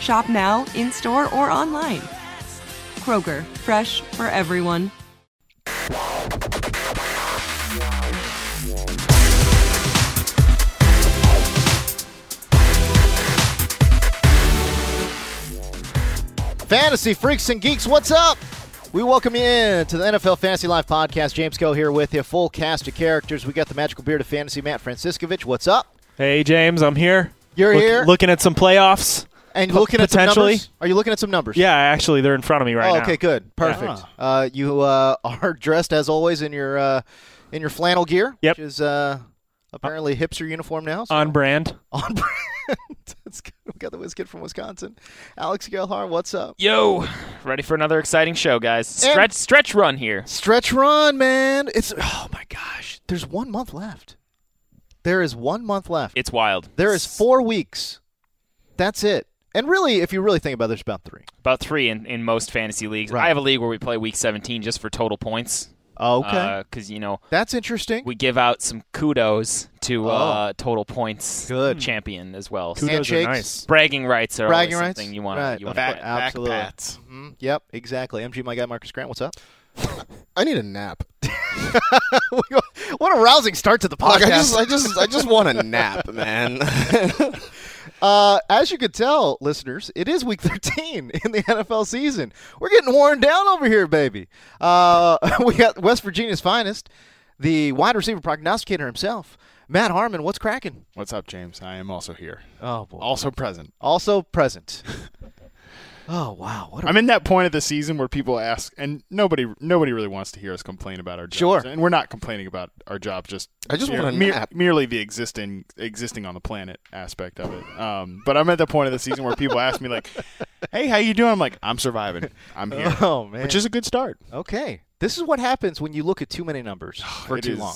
Shop now, in store, or online. Kroger, fresh for everyone. Fantasy freaks and geeks, what's up? We welcome you in to the NFL Fantasy Live podcast. James Coe here with you, full cast of characters. We got the magical beard of fantasy, Matt Franciscovich. What's up? Hey James, I'm here. You're Look- here? Looking at some playoffs. And P- looking at some potentially. numbers? Are you looking at some numbers? Yeah, actually, they're in front of me right oh, now. okay, good, perfect. Uh, you uh, are dressed as always in your uh, in your flannel gear, Yep. which is uh, apparently hipster uniform now. so- On brand. on brand. That's good. We got the whiz kid from Wisconsin, Alex Gelhar. What's up? Yo, ready for another exciting show, guys. Stretch And- stretch run here. Stretch run, man. It's oh my gosh. There's one month left. There is one month left. It's wild. there is four weeks. That's it. And really, if you really think about it, there's about three. about 3 in, in most fantasy leagues. Right. I have a league where we play week 17 just for total points. Okay, Cuz you know, that's interesting. Uh, we give out some kudos to Oh. uh, total points Good. champion as well. So Kudos Handshakes. are nice. bragging rights are Bragging always rights. something you want Right. you want Back- to absolutely. pats. Mhm. Yep, exactly. MG, my guy, Marcus Grant. What's up? I need a nap. what a rousing start to the Like, I podcast. just, I just, I just want a nap, man. Uh, as you could tell, listeners, it is week 13 in the NFL season. We're getting worn down over here, baby. Uh, we got West Virginia's finest, the wide receiver prognosticator himself, Matt Harmon. What's cracking? What's up, James? I am also here, Oh, boy. also present. Also present. oh, wow. What a I'm in that point of the season where people ask, and nobody, nobody really wants to hear us complain about our jobs. Sure. and we're not complaining about our job. Just I just mere- want a mere- nap. merely the existing, existing on the planet aspect of it. Um, but I'm at the point of the season where people ask me like, "Hey, how you doing?" I'm like, "I'm surviving. I'm here," Oh, man. which is a good start. okay. This is what happens when you look at too many numbers for It too is- long.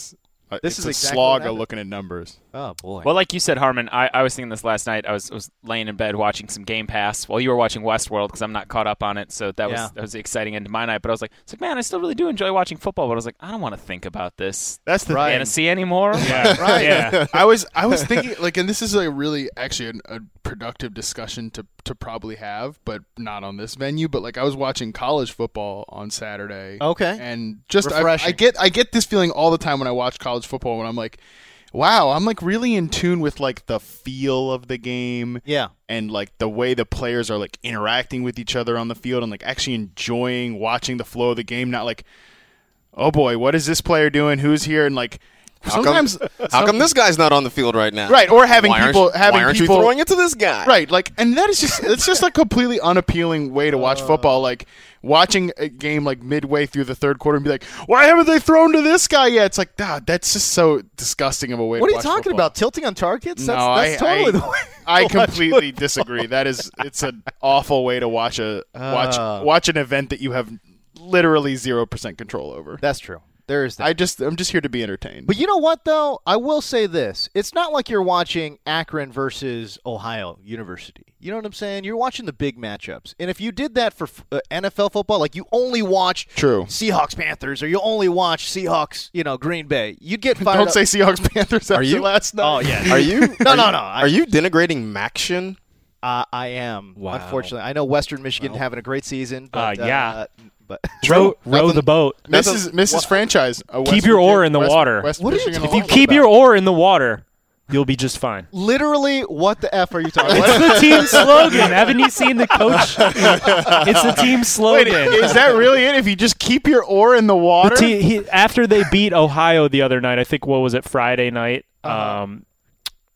uh, This it's is a exactly what slog of happened. looking at numbers. Oh, boy. Well, like you said, Harmon, I, I was thinking this last night. I was, was laying in bed watching some Game Pass while you were watching Westworld because I'm not caught up on it. So that Yeah. was that was the exciting end of my night. But I was like, it's like, man, I still really do enjoy watching football. But I was like, I don't want to think about this That's the Right. thing. fantasy anymore. Yeah. Right. Yeah. I was I was thinking like, and this is a really actually an, a productive discussion to to probably have, but not on this venue. But like, I was watching college football on Saturday. Okay. and just I, Refreshing. I get I get this feeling all the time when I watch college football when I'm like, wow, I'm like really in tune with like the feel of the game. yeah. and like the way the players are like interacting with each other on the field and like actually enjoying watching the flow of the game, not like, oh boy, what is this player doing? Who's here? And like come- sometimes, some- some- How right, come this guy's not on the field right now. or having Why aren't- people having why aren't you people throwing it to this guy? Right, like, and that is just, it's just a completely unappealing way to Uh. watch football. Like, watching a game, like, midway through the third quarter and be like, why haven't they thrown to this guy yet? It's like, God, that's just so disgusting of a way What are to you watch talking football. about? Tilting on targets? That's, No, that's I- totally I- the way. I to watch completely disagree. That is, it's an awful way to watch a Uh. watch watch an event that you have literally zero percent control over. That's true. There is that. I just, I'm just here to be entertained. But you know what, though? I will say this. It's not like you're watching Akron versus Ohio University. You know what I'm saying? You're watching the big matchups. And if you did that for uh, NFL football, like you only watch True. Seahawks Panthers or you only watch Seahawks, you know, Green Bay, you'd get fired Don't up. say Seahawks Panthers after you? last night. oh, yeah. Are you? No, are no, you- no, I- Are you denigrating Maction? Uh, I am, unfortunately. I know Western Michigan having a great season. But, Uh, yeah. but row row Nothing- the boat. Mrs. Mrs. Franchise. a West Keep your Virginia- oar in the West- water. West What are you Michigan talking alum. about? Keep your oar in the water. You'll be just fine. Literally, what the f are you talking It's about? the team slogan. Haven't you seen the coach? It's the team Wait, slogan. is that really it? If you just keep your oar in the The water, te- he, after they beat Ohio the other night, I think what was it Friday night? Um,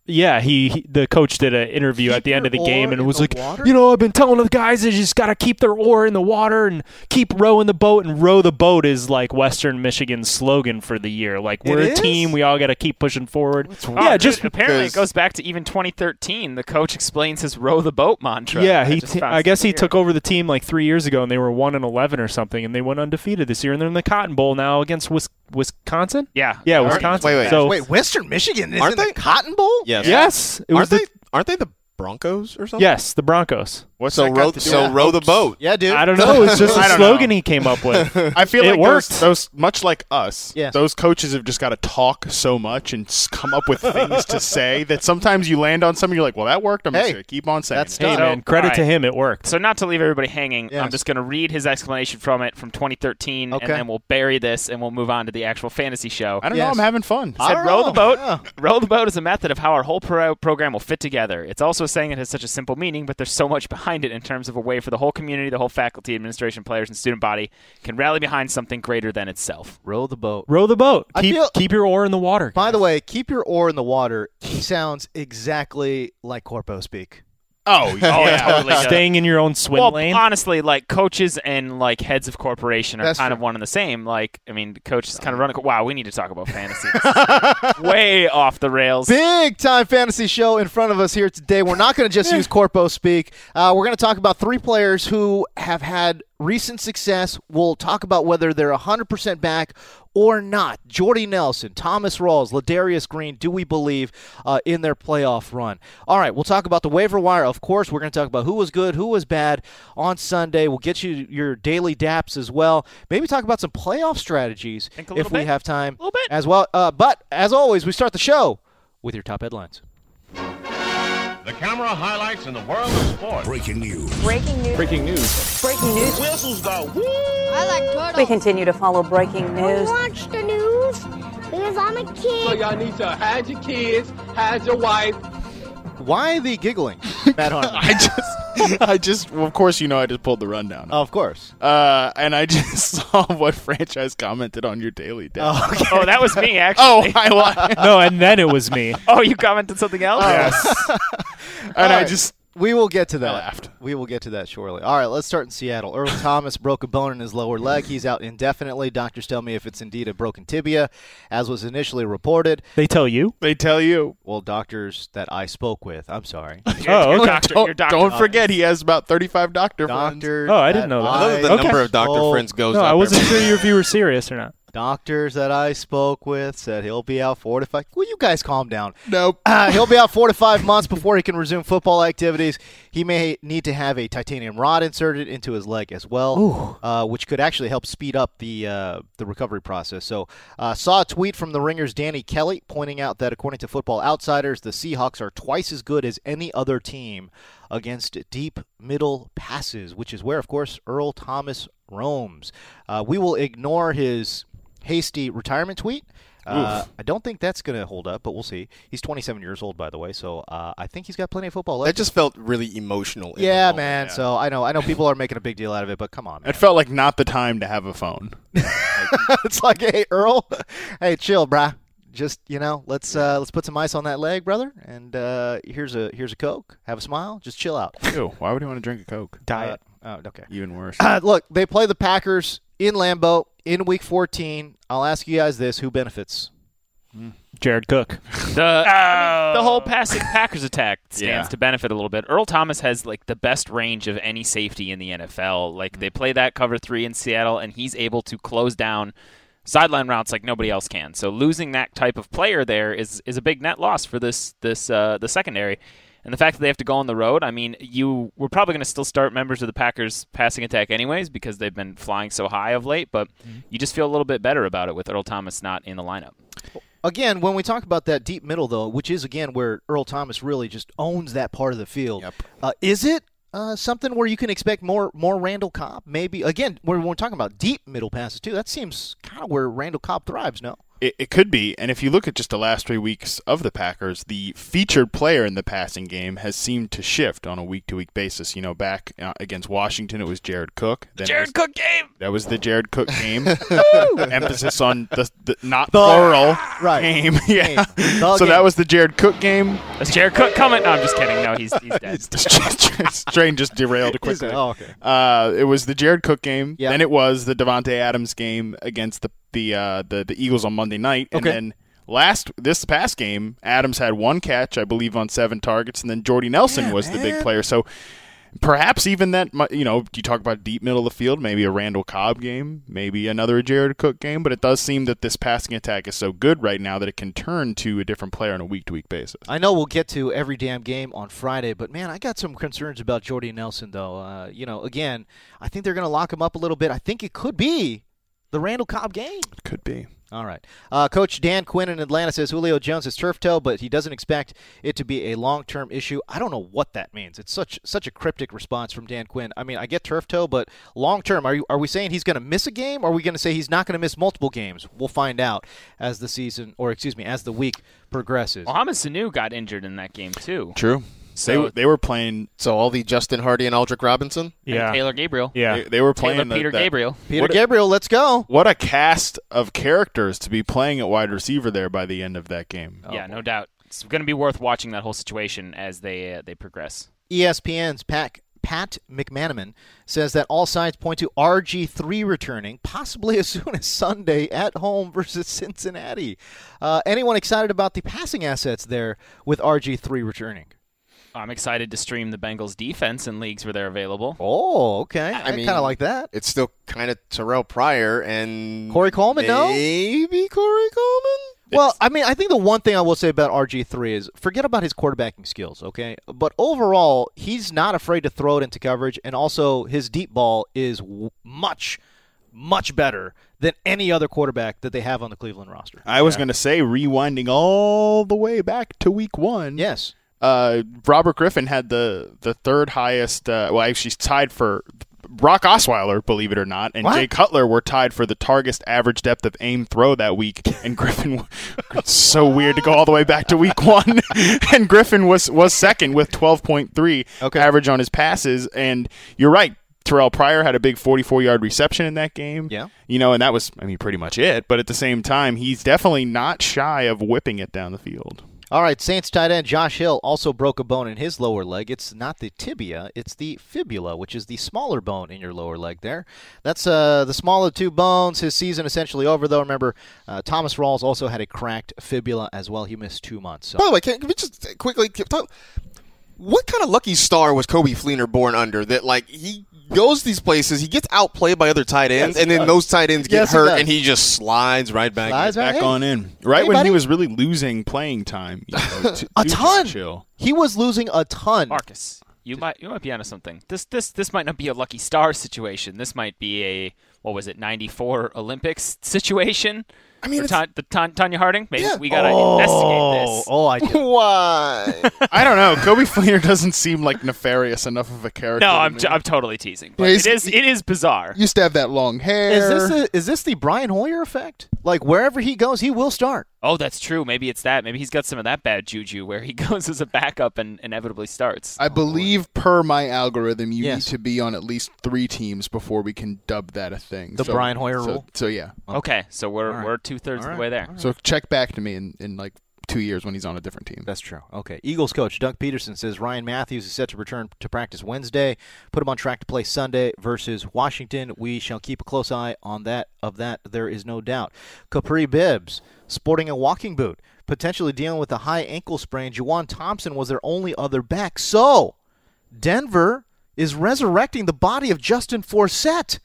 yeah, he, he- the coach did an interview at the end of the your game oar and in was the like, water? you know, I've been telling the guys they just got to keep their oar in the water and keep rowing the boat. And row the boat is like Western Michigan's slogan for the year. Like we're a is? team, we all got to keep pushing forward. Oh, yeah, dude, just apparently it because- goes back to even 2013. The coach explains his row the boat mantra. Yeah, he. just t- found I guess he weird. took over the team like three years ago, and they were one and eleven or something, and they went undefeated this year, and they're in the Cotton Bowl now against Wis- Wisconsin. Yeah, Yeah, Alright. Wisconsin. Wait, wait. So Wait, Western Michigan is Aren't in they? the Cotton Bowl? Yes. yes, it was Aren't the, they? Aren't they the Broncos or something? yes the Broncos. what's So that got row, to do so with row the boats? boat. Yeah, dude. I don't know. It's just I a don't slogan know. he came up with. I feel It like worked. Those, those much like us, Yes. those coaches have just got to talk so much and s- come up with things to say that sometimes you land on something you're like, well, that worked. I'm Hey, just gonna keep on saying. that's it." hey done. man, credit to Alright. him, it worked. So not to leave everybody hanging, I'm Yes. just going to read his explanation from it from 2013, Okay. and then we'll bury this and we'll move on to the actual fantasy show. I don't know. Yes. I'm having fun. I Said don't row know. the boat. Yeah. Row the boat is a method of how our whole pro- program will fit together. It's also saying it has such a simple meaning, but there's so much behind it in terms of a way for the whole community, the whole faculty, administration, players, and student body can rally behind something greater than itself. Row the boat. Row the boat. I Keep feel- keep your oar in the water. By the way, keep your oar in the water. He sounds exactly like Corpo speak. Oh, yeah. Oh, yeah, totally. does. Staying in your own swim well, lane. honestly, like coaches and like heads of corporation are That's kind true. of one and the same. Like, I mean, coaches kind of run. A, co- wow, we need to talk about fantasy. This is, like, way off the rails. Big time fantasy show in front of us here today. We're not going to just use Corpo speak. Uh, we're going to talk about three players who have had recent success. We'll talk about whether they're 100% back or not. Jordy Nelson, Thomas Rawls, Ladarius Green, do we believe uh, in their playoff run? All right, we'll talk about the waiver wire. Of course, we're going to talk about who was good, who was bad on Sunday. We'll get you your daily daps as well. Maybe talk about some playoff strategies Think a if little we bit. have time Little bit. as well. Uh, but as always, we start the show with your top headlines. The camera highlights in the world of sports. Breaking news. Breaking news. Breaking news. Breaking news. Whistles go woo. I like turtles. We continue to follow breaking news. Watch the news because I'm a kid. So y'all need to hide your kids, hide your wife. Why the giggling, Matt Harmon? I just, I just, well, of course, you know, I just pulled the rundown. of course. Uh, and I just saw what franchise commented on your daily day. Oh, Uh, Oh, that was me actually. I lied. no, and then it was me. Oh, you commented something else? yes. and I right. just, We will get to that. laughed. We will get to that shortly. All right, let's start in Seattle. Earl Thomas broke a bone in his lower leg. He's out indefinitely. Doctors tell me if it's indeed a broken tibia, as was initially reported. They tell you. they tell you. Well, doctors that I spoke with, I'm sorry. Oh, Your okay. doctor, your Don't, doctor. don't forget, he has about 35 doctor friends. Doctors. Oh, that I didn't know that. I love that the Okay. number of doctor spoke- friends goes No, up. I wasn't every- sure you- if you were serious or not. Doctors that I spoke with said he'll be out four to five. Will you guys calm down? Nope. Uh, he'll be out four to five months before he can resume football activities. He may need to have a titanium rod inserted into his leg as well, uh, which could actually help speed up the uh, the recovery process. So, uh, saw a tweet from the Ringers' Danny Kelly pointing out that according to Football Outsiders, the Seahawks are twice as good as any other team against deep middle passes, which is where, of course, Earl Thomas roams. Uh, we will ignore his hasty retirement tweet. Uh, I don't think that's going to hold up, but we'll see. He's 27 years old, by the way, so uh, I think he's got plenty of football That left. just felt really emotional. in the yeah, moment. man. So I know, I know, people are making a big deal out of it, but come on, man. It felt like not the time to have a phone. it's like, hey, Earl, hey, chill, brah. Just you know, let's uh, let's put some ice on that leg, brother. And uh, here's a here's a coke. Have a smile. Just chill out. Ew, why would you want to drink a Coke? Diet. Uh, oh, okay. Even worse. Uh, look, they play the Packers in Lambeau in Week 14. I'll ask you guys this: Who benefits? Jared Cook. The, I mean, the whole passing Packers attack stands Yeah. to benefit a little bit. Earl Thomas has like the best range of any safety in the NFL. Like they play that cover three in Seattle, and he's able to close down sideline routes like nobody else can. So losing that type of player there is is a big net loss for this this uh, the secondary. And the fact that they have to go on the road, I mean, you we're probably going to still start members of the Packers passing attack anyways because they've been flying so high of late. But you just feel a little bit better about it with Earl Thomas not in the lineup. Again, when we talk about that deep middle, though, which is again where Earl Thomas really just owns that part of the field, uh, is it uh, something where you can expect more more Randall Cobb? Maybe again, when we're talking about deep middle passes too, that seems kind of where Randall Cobb thrives. No, It, it could be. And if you look at just the last three weeks of the Packers, the featured player in the passing game has seemed to shift on a week to week basis. You know, back uh, against Washington, it was Jared Cook. Then it Jared was- Cook game. That was the Jared Cook game. Emphasis on the, the not plural right. game. yeah. Game. The So that game. was the Jared Cook game. Is Jared Cook coming? No, I'm just kidding. No, he's he's dead. This train just derailed He's quickly. dead. Oh, okay. Uh, it was the Jared Cook game. Yeah. Then it was the Devonte Adams game against the the uh, the, the Eagles on Monday night. And Okay. then last this past game, Adams had one catch, I believe, on seven targets, and then Jordy Nelson was the big player. So perhaps even that mu- you know you talk about deep middle of the field maybe a randall cobb game maybe another jared cook game but it does seem that this passing attack is so good right now that it can turn to a different player on a week to week basis I know we'll get to every damn game on Friday, but man, I got some concerns about Jordy Nelson, though. Uh, you know, again, I think they're going to lock him up a little bit. I think it could be the Randall Cobb game. could be All right. Uh, Coach Dan Quinn in Atlanta says Julio Jones is turf toe, but he doesn't expect it to be a long-term issue. I don't know what that means. It's such such a cryptic response from Dan Quinn. I mean, I get turf toe, but long-term, are you are we saying he's going to miss a game? Or are we going to say he's not going to miss multiple games? We'll find out as the season, or excuse me, as the week progresses. Mohamed Sanu got injured in that game too. true So- they, they were playing So all the Justin Hardy and Aldrich Robinson. And Taylor Gabriel. Yeah. they, they were playing Taylor the- Peter that- Gabriel. Peter What- Gabriel, let's go. what a cast of characters to be playing at wide receiver there by the end of that game yeah, no doubt. It's going to be worth watching that whole situation as they uh, they progress. E ESPN's Pat, Pat McManaman says that all signs point to RG3 returning, possibly as soon as Sunday at home versus Cincinnati. Uh, anyone excited about the passing assets there with RG3 returning? I'm excited to stream the Bengals defense in leagues where they're available. Oh, okay. I, mean- kind of like that. It's still kind of Terrell Pryor and Corey Coleman, no? Maybe Corey Coleman. Well, I mean, I think the one thing I will say about RG3 is forget about his quarterbacking skills, okay? But overall, he's not afraid to throw it into coverage, and also his deep ball is w- much, much better than any other quarterback that they have on the Cleveland roster. I was going to say, rewinding all the way back to week one. Yes. Uh, Robert Griffin had the, the third highest. Uh, well, actually, he's tied for Brock Osweiler, believe it or not, and What? Jay Cutler were tied for the targetest average depth of aim throw that week. And Griffin, it's so weird to go all the way back to week one. and Griffin was was second with twelve point three Okay. average on his passes. And you're right. Terrell Pryor had a big 44 yard reception in that game Yeah. you know, and that was, I mean, pretty much it. But at the same time, he's definitely not shy of whipping it down the field. All right, Saints tight end Josh Hill also broke a bone in his lower leg. It's not the tibia, it's the fibula, which is the smaller bone in your lower leg there. That's uh, the smaller two bones. His season essentially over, though. Remember, uh, Thomas Rawls also had a cracked fibula as well. He missed two months. So. By the way, can, can we just quickly keep talk? What kind of lucky star was Kobe Fleener born under? That like he goes these places, he gets outplayed by other tight ends, and then those tight ends get Yes, he hurt, does. and he just slides right back. Slides in. right- Back Hey. on in. Right Hey, when buddy. he was really losing playing time. You know, to- A to ton. Churchill. He was losing a ton. Marcus, you might you might be onto something. This this this might not be a lucky star situation. This might be a what was it 94 Olympics situation. I mean, Ta- the Ta- Tanya Harding. Maybe we gotta investigate oh, this. oh, I did. Why? I don't know. Kobe Fleener doesn't seem like nefarious enough of a character. No, to I'm, me. t- I'm totally teasing. But Yeah, it is he's- it is bizarre. used to have that long hair. Is this, the, is this the Brian Hoyer effect? Like, wherever he goes, he will start. Oh, that's true. Maybe it's that. Maybe he's got some of that bad juju where he goes as a backup and inevitably starts. I believe, per my algorithm, you Oh, Yes. need to be on at least three teams before we can dub that a thing. The Brian Hoyer so, rule? So yeah. Okay, so we're All right. we're two thirds All of right. the way there. So check back to me in, in like two years when he's on a different team. That's true. Okay. Eagles coach Doug Peterson says Ryan Matthews is set to return to practice Wednesday. Put him on track to play Sunday versus Washington. We shall keep a close eye on that. Of that, there is no doubt. Capri Bibbs sporting a walking boot, potentially dealing with a high ankle sprain. Juwan Thompson was their only other back. So, Denver is resurrecting the body of Justin Forsett.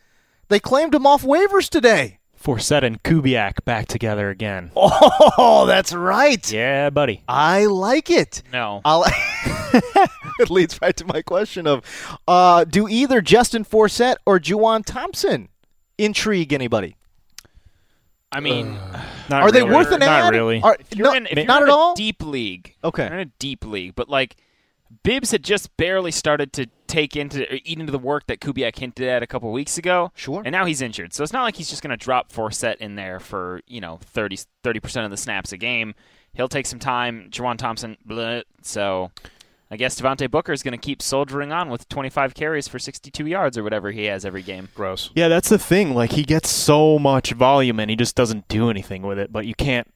They claimed him off waivers today. Forsett and Kubiak back together again. Oh, that's right. Yeah, buddy. I like it. No. I'll it leads right to my question of uh, do either Justin Forsett or Juwan Thompson intrigue anybody? I mean, Not Are they really. worth an Not ad? really. Are, if you're no, in, if ma- you're not in at a all. deep league. Okay. You're in a deep league, but like Bibbs had just barely started to take into or eat into the work that Kubiak hinted at a couple weeks ago. Sure. And now he's injured. So it's not like he's just going to drop Forsett in there for, you know, 30, 30% of the snaps a game. He'll take some time. Jawan Thompson, bleh. So I guess Devontae Booker is going to keep soldiering on with 25 carries for 62 yards or whatever he has every game. Gross. Yeah, that's the thing. Like he gets so much volume and he just doesn't do anything with it. But you can't.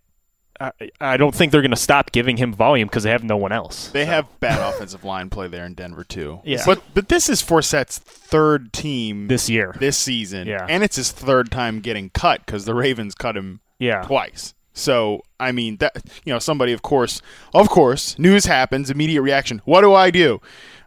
I, I don't think they're going to stop giving him volume because they have no one else. They have bad offensive line play there in Denver too. Yeah. But but this is Forsett's third team this year. this season. Yeah. And it's his third time getting cut because the Ravens cut him yeah, twice. So I mean that you know somebody of course of course news happens immediate reaction. What do I do?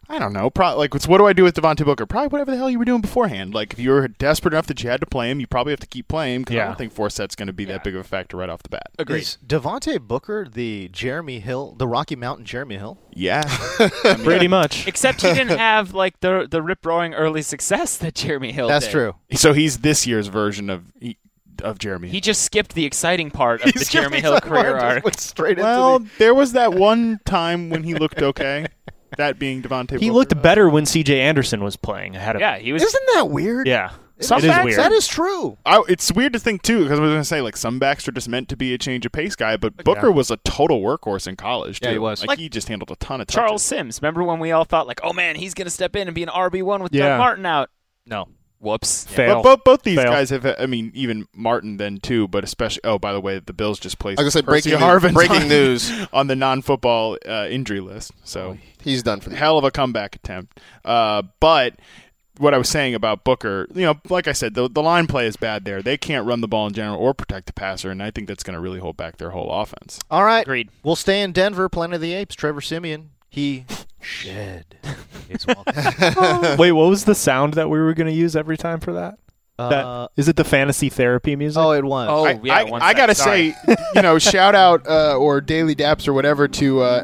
I don't know. Probably like it's, what do I do with Devontae Booker? Probably whatever the hell you were doing beforehand. Like if you were desperate enough that you had to play him, you probably have to keep playing him 'cause I Yeah. don't think Forsett's going to be that big of a factor right off the bat. Is Devontae Booker the Jeremy Hill, the Rocky Mountain Jeremy Hill? Yeah. pretty much. Except he didn't have like the the rip roaring early success that Jeremy Hill That's did. true. So he's this year's version of of Jeremy. He just skipped the exciting part of the Jeremy Hill career arc. Went straight well, into the, there was that one time when he looked okay. that being Devontae. He Booker. looked better when C.J. Anderson was playing. I had a Yeah, he was Isn't that weird? yeah. Some it is facts- weird. That is true. I, it's weird to think too, because I was going to say like some backs are just meant to be a change of pace guy, but Booker was a total workhorse in college. Too. Yeah, he was. Like, Like- he just handled a ton of Charles touches. Sims. Remember when we all thought like, oh man, he's gonna step in and be an RB one with Yeah. Doug Martin out? no Whoops. fail. But both, both these Fail. guys have. I mean, even Martin then too, but especially. Oh, by the way, the Bills just placed. I was gonna say Percy breaking Harvin news, breaking on- news. on the non-football uh, injury list. So He's done for the hell of a comeback attempt. Uh, but what I was saying about Booker, you know, like I said, the, the line play is bad there. They can't run the ball in general or protect the passer, and I think that's going to really hold back their whole offense. All right. Agreed. We'll stay in Denver, Planet of the Apes. Trevor Simeon. He shed. his welcome. Wait, what was the sound that we were going to use every time for that? Uh, that is it the fantasy therapy music? oh, it was. Oh I, yeah, I, one I sec, gotta sorry. say, you know, shout out uh, or daily daps or whatever to, uh,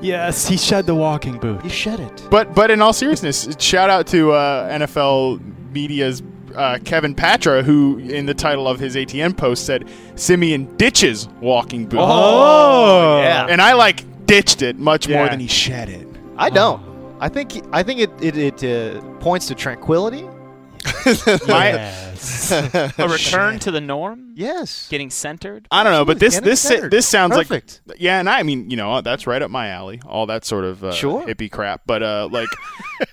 yes, he shed the walking boot. He shed it. but but in all seriousness, shout out to uh, NFL media's uh, Kevin Patra, who in the title of his ATN post said Simeon ditches walking boot, Oh, yeah. and I like ditched it much more Yeah. than he shed it. I don't. I think I think it it, it uh, points to tranquility. Yes. a return to the norm, Yes. getting centered. I don't know, but this Getting this centered. this sounds Perfect. like yeah, and I mean you know that's right up my alley, all that sort of uh, Sure. hippie crap. But uh, like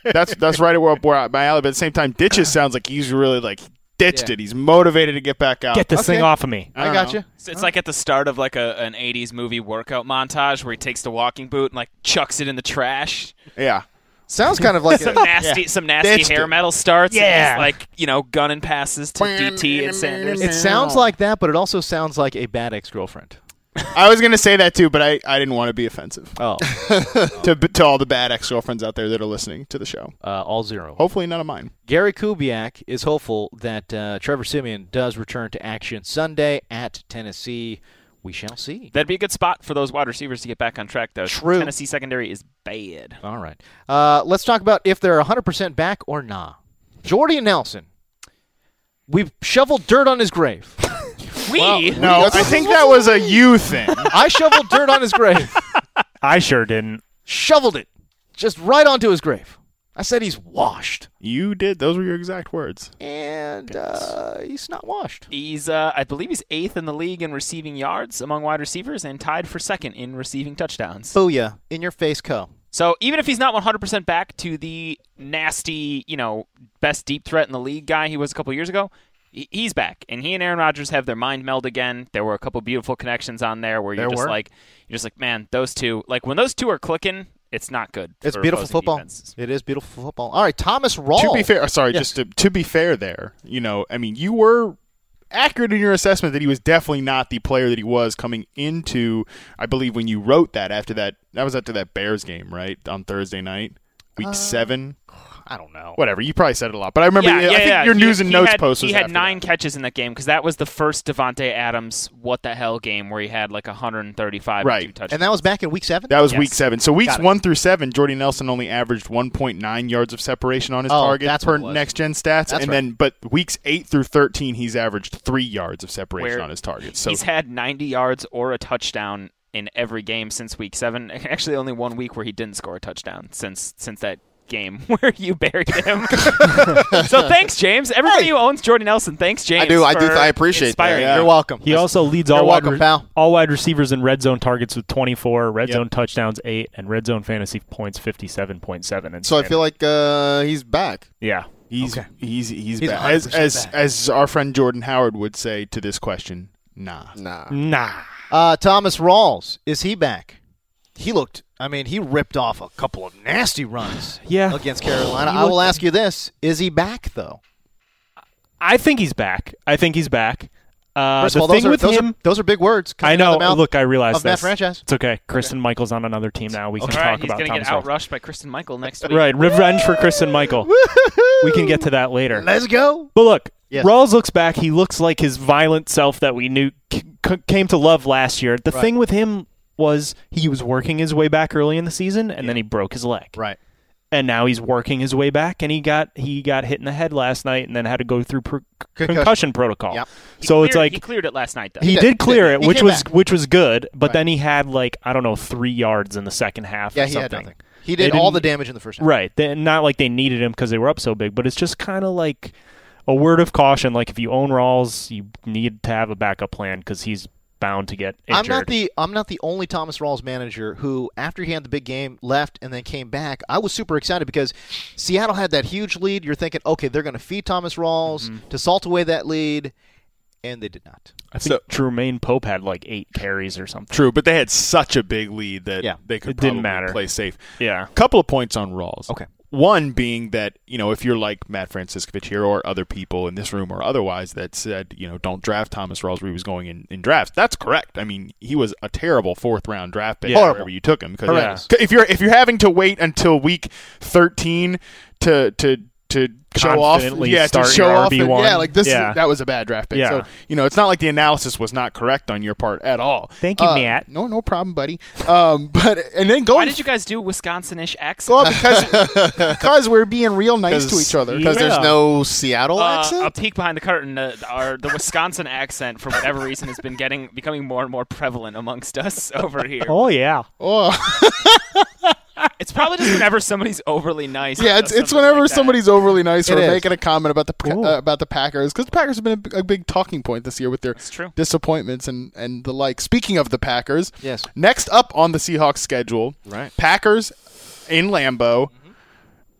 that's that's right up where my alley. But at the same time, ditches sounds like he's really like ditched it. He's motivated to get back out. Get this Okay. thing off of me. don't I got know. you. So it's like at the start of like a, an '80s movie workout montage where he takes the walking boot and like chucks it in the trash. Yeah, Sounds kind of like Some a, nasty, some nasty Ditched hair it. metal starts. and Yeah. he's, like you know, gunning passes to DT and Sanders. it sounds like that, but it also sounds like a bad ex girlfriend. I was gonna say that too, but I, I didn't want to be offensive Oh, to to all the bad ex girlfriends out there that are listening to the show. uh, all zero. Hopefully, none of mine. Gary Kubiak is hopeful that uh, Trevor Simeon does return to action Sunday at Tennessee. We shall see. That'd be a good spot for those wide receivers to get back on track, though. True. Tennessee secondary is bad. All right. Uh, let's talk about if they're 100% back or nah. Jordy Nelson. We've shoveled dirt on his grave. We No, I think that was a you thing. I shoveled dirt on his grave. I sure didn't. Shoveled it. Just right onto his grave. I said he's washed. you did. Those were your exact words. And uh, he's not washed. he's, uh, I believe, he's eighth in the league in receiving yards among wide receivers and tied for second in receiving touchdowns. Booyah. In your face, co. So even if he's not 100% back to the nasty, you know, best deep threat in the league guy he was a couple years ago, he- he's back, and he and Aaron Rodgers have their mind meld again. There were a couple beautiful connections on there where you're There just were. like, you're just like, man, those two, like when those two are clicking, it's not good. It's for beautiful opposing football. defenses. It is beautiful football. All right, Thomas Rawl. To be fair, uh, sorry, Yes. just to, to be fair there, you know, I mean, you were accurate in your assessment that he was definitely not the player that he was coming into, I believe, when you wrote that after that. That was after that Bears game, right? On Thursday night, week Uh, seven. I don't know. Whatever. You probably said it a lot, but I remember yeah, I yeah, think yeah. your He- news and he notes had, post was He had after nine that. catches in that game because that was the first Devonte Adams what the hell game where he had like 135 and Right. two touchdowns. And that was back in week seven? That was Yes. week seven. So weeks Got it. one through seven, Jordy Nelson only averaged 1.9 yards of separation on his Oh, target that's per what it was. next gen stats, That's and right. then but weeks eight through 13, he's averaged three yards of separation Where on his target. So He's had 90 yards or a touchdown in every game since week seven. Actually, only one week where he didn't score a touchdown since since that game where you buried him. so thanks, James. Everybody who owns Jordy Nelson, thanks, James. I do. I do. for I appreciate that. inspiring Yeah. You're welcome. He also leads You're all wide, welcome, re- pal. all wide receivers in red zone targets with 24, red Yep. zone touchdowns 8, and red zone fantasy points 57.7. And So I feel like uh, he's back. yeah. He's he's he's, He's back. as 100% as back. as our friend Jordan Howard would say to this question. Nah. Nah. Nah. Uh, Thomas Rawls, is he back? He looked. I mean, he ripped off a couple of nasty runs. Yeah. Against Carolina, He I will looked- ask you this: Is he back though? I think he's back. I think he's back. Uh, First the of all, thing those are, with those, him, are, those are big words. I coming out know. of the mouth Look, I realize of that this. franchise. It's okay. Kristen Michael's on another team now. We can All right, talk he's about gonna Thomas get Rawls. outrushed by Kristen Michael next week. Right, revenge for Kristen Michael. We can get to that later. Let's go. But look, Yes. Rawls looks back. He looks like his violent self that we knew c- c- came to love last year. The thing with him was he was working his way back early in the season, and then he broke his leg. Right. And now he's working his way back, and he got he got hit in the head last night, and then had to go through per- concussion. Concussion. protocol. Yep. He So it's cleared- like he cleared it last night though. he did. did clear it, He which came was back. which was good. But Right. then he had like I don't know three yards in the second half. Yeah, or he something. had nothing. He They did all the didn't- damage in the first half. Right. They, not like they needed him because they were up so big, but it's just kind of like a word of caution. Like if you own Rawls, you need to have a backup plan because he's bound to get injured. I'm not the I'm not the only Thomas Rawls manager who, after he had the big game, left and then came back. I was super excited because Seattle had that huge lead. You're thinking, okay, they're going to feed Thomas Rawls Mm-hmm. to salt away that lead, and they did not. I think Trumaine Pope had like eight carries or something. True, but they had such a big lead that Yeah. they could It didn't probably matter. play safe. Yeah. couple of points on Rawls. Okay. One being that, you know, if you're like Matt Franciscovich here or other people in this room or otherwise that said, you know, don't draft Thomas Rawls where he was going in, in drafts, that's correct. I mean, he was a terrible fourth round draft pick Yeah. wherever you took him. Because Horrendous. if you're if you're having to wait until week thirteen to to to show off, Confidently yeah, to start show your off, and- RB1. yeah, like this, is- Yeah. that was a bad draft pick. Yeah. So you know, it's not like the analysis was not correct on your part at all. Thank you, Uh, Matt. No, no problem, buddy. Um, but and then Why going did you guys do Wisconsin-ish accent? well, because because we're being real nice to each other. Because Yeah. there's no Seattle uh, a accent? peek behind the curtain. Uh, our the Wisconsin accent, for whatever reason, has been getting becoming more and more prevalent amongst us over here. Oh yeah. It's probably just whenever somebody's overly nice. Yeah, or it's, it's something whenever like that. somebody's overly nice or It is. making a comment about the Pa- Ooh. uh, about the Packers because the Packers have been a, b- a big talking point this year with their true. disappointments and, and the like. Speaking of the Packers, Yes. Next up on the Seahawks schedule, right? Packers in Lambeau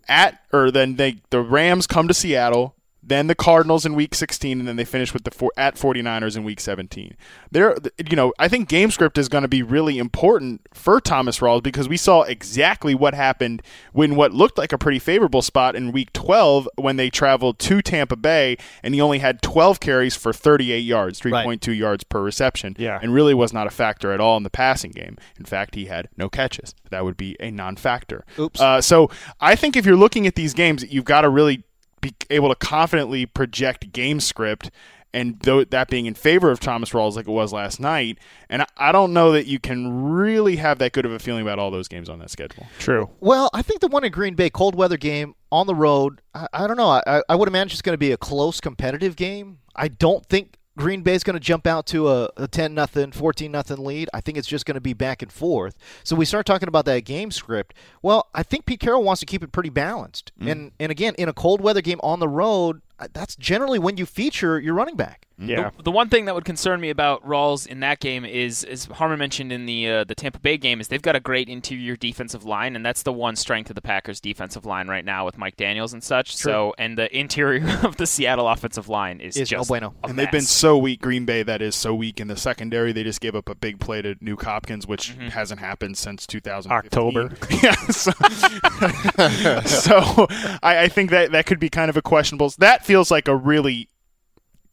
at or then they the Rams come to Seattle, then the Cardinals in week 16 and then they finish with the four, at 49ers in week 17. There you know, I think game script is going to be really important for Thomas Rawls because we saw exactly what happened when what looked like a pretty favorable spot in week 12 when they traveled to Tampa Bay and he only had 12 carries for 38 yards, 3.2 yards per reception Yeah. and really was not a factor at all in the passing game. In fact, he had no catches. That would be a non-factor. Oops. Uh, so I think if you're looking at these games, you've got to really be able to confidently project game script. And though that being in favor of Thomas Rawls, like it was last night, and I- I don't know that you can really have that good of a feeling about all those games on that schedule. True. Well, I think the one in Green Bay, cold weather game on the road. I, I don't know. I- I, I would imagine it's going to be a close, competitive game. I don't think Green Bay's going to jump out to a, a 10 nothing, 14 nothing lead. I think it's just going to be back and forth. So we start talking about that game script. Well, I think Pete Carroll wants to keep it pretty balanced. And and again, in a cold weather game on the road, uh, that's generally when you feature your running back. Yeah. The one thing that would concern me about Rawls in that game is, as Harmon mentioned in the uh, the Tampa Bay game, is they've got a great interior defensive line, and that's the one strength of the Packers' defensive line right now with Mike Daniels and such. So, and the interior of the Seattle offensive line is, Is no just bueno. a And they've been mess. so weak, Green Bay, that is so weak in the secondary. They just gave up a big play to New Hopkins, which Mm-hmm. hasn't happened since 2015. October. yeah. So, so I, I think that that could be kind of a questionable. That feels like a really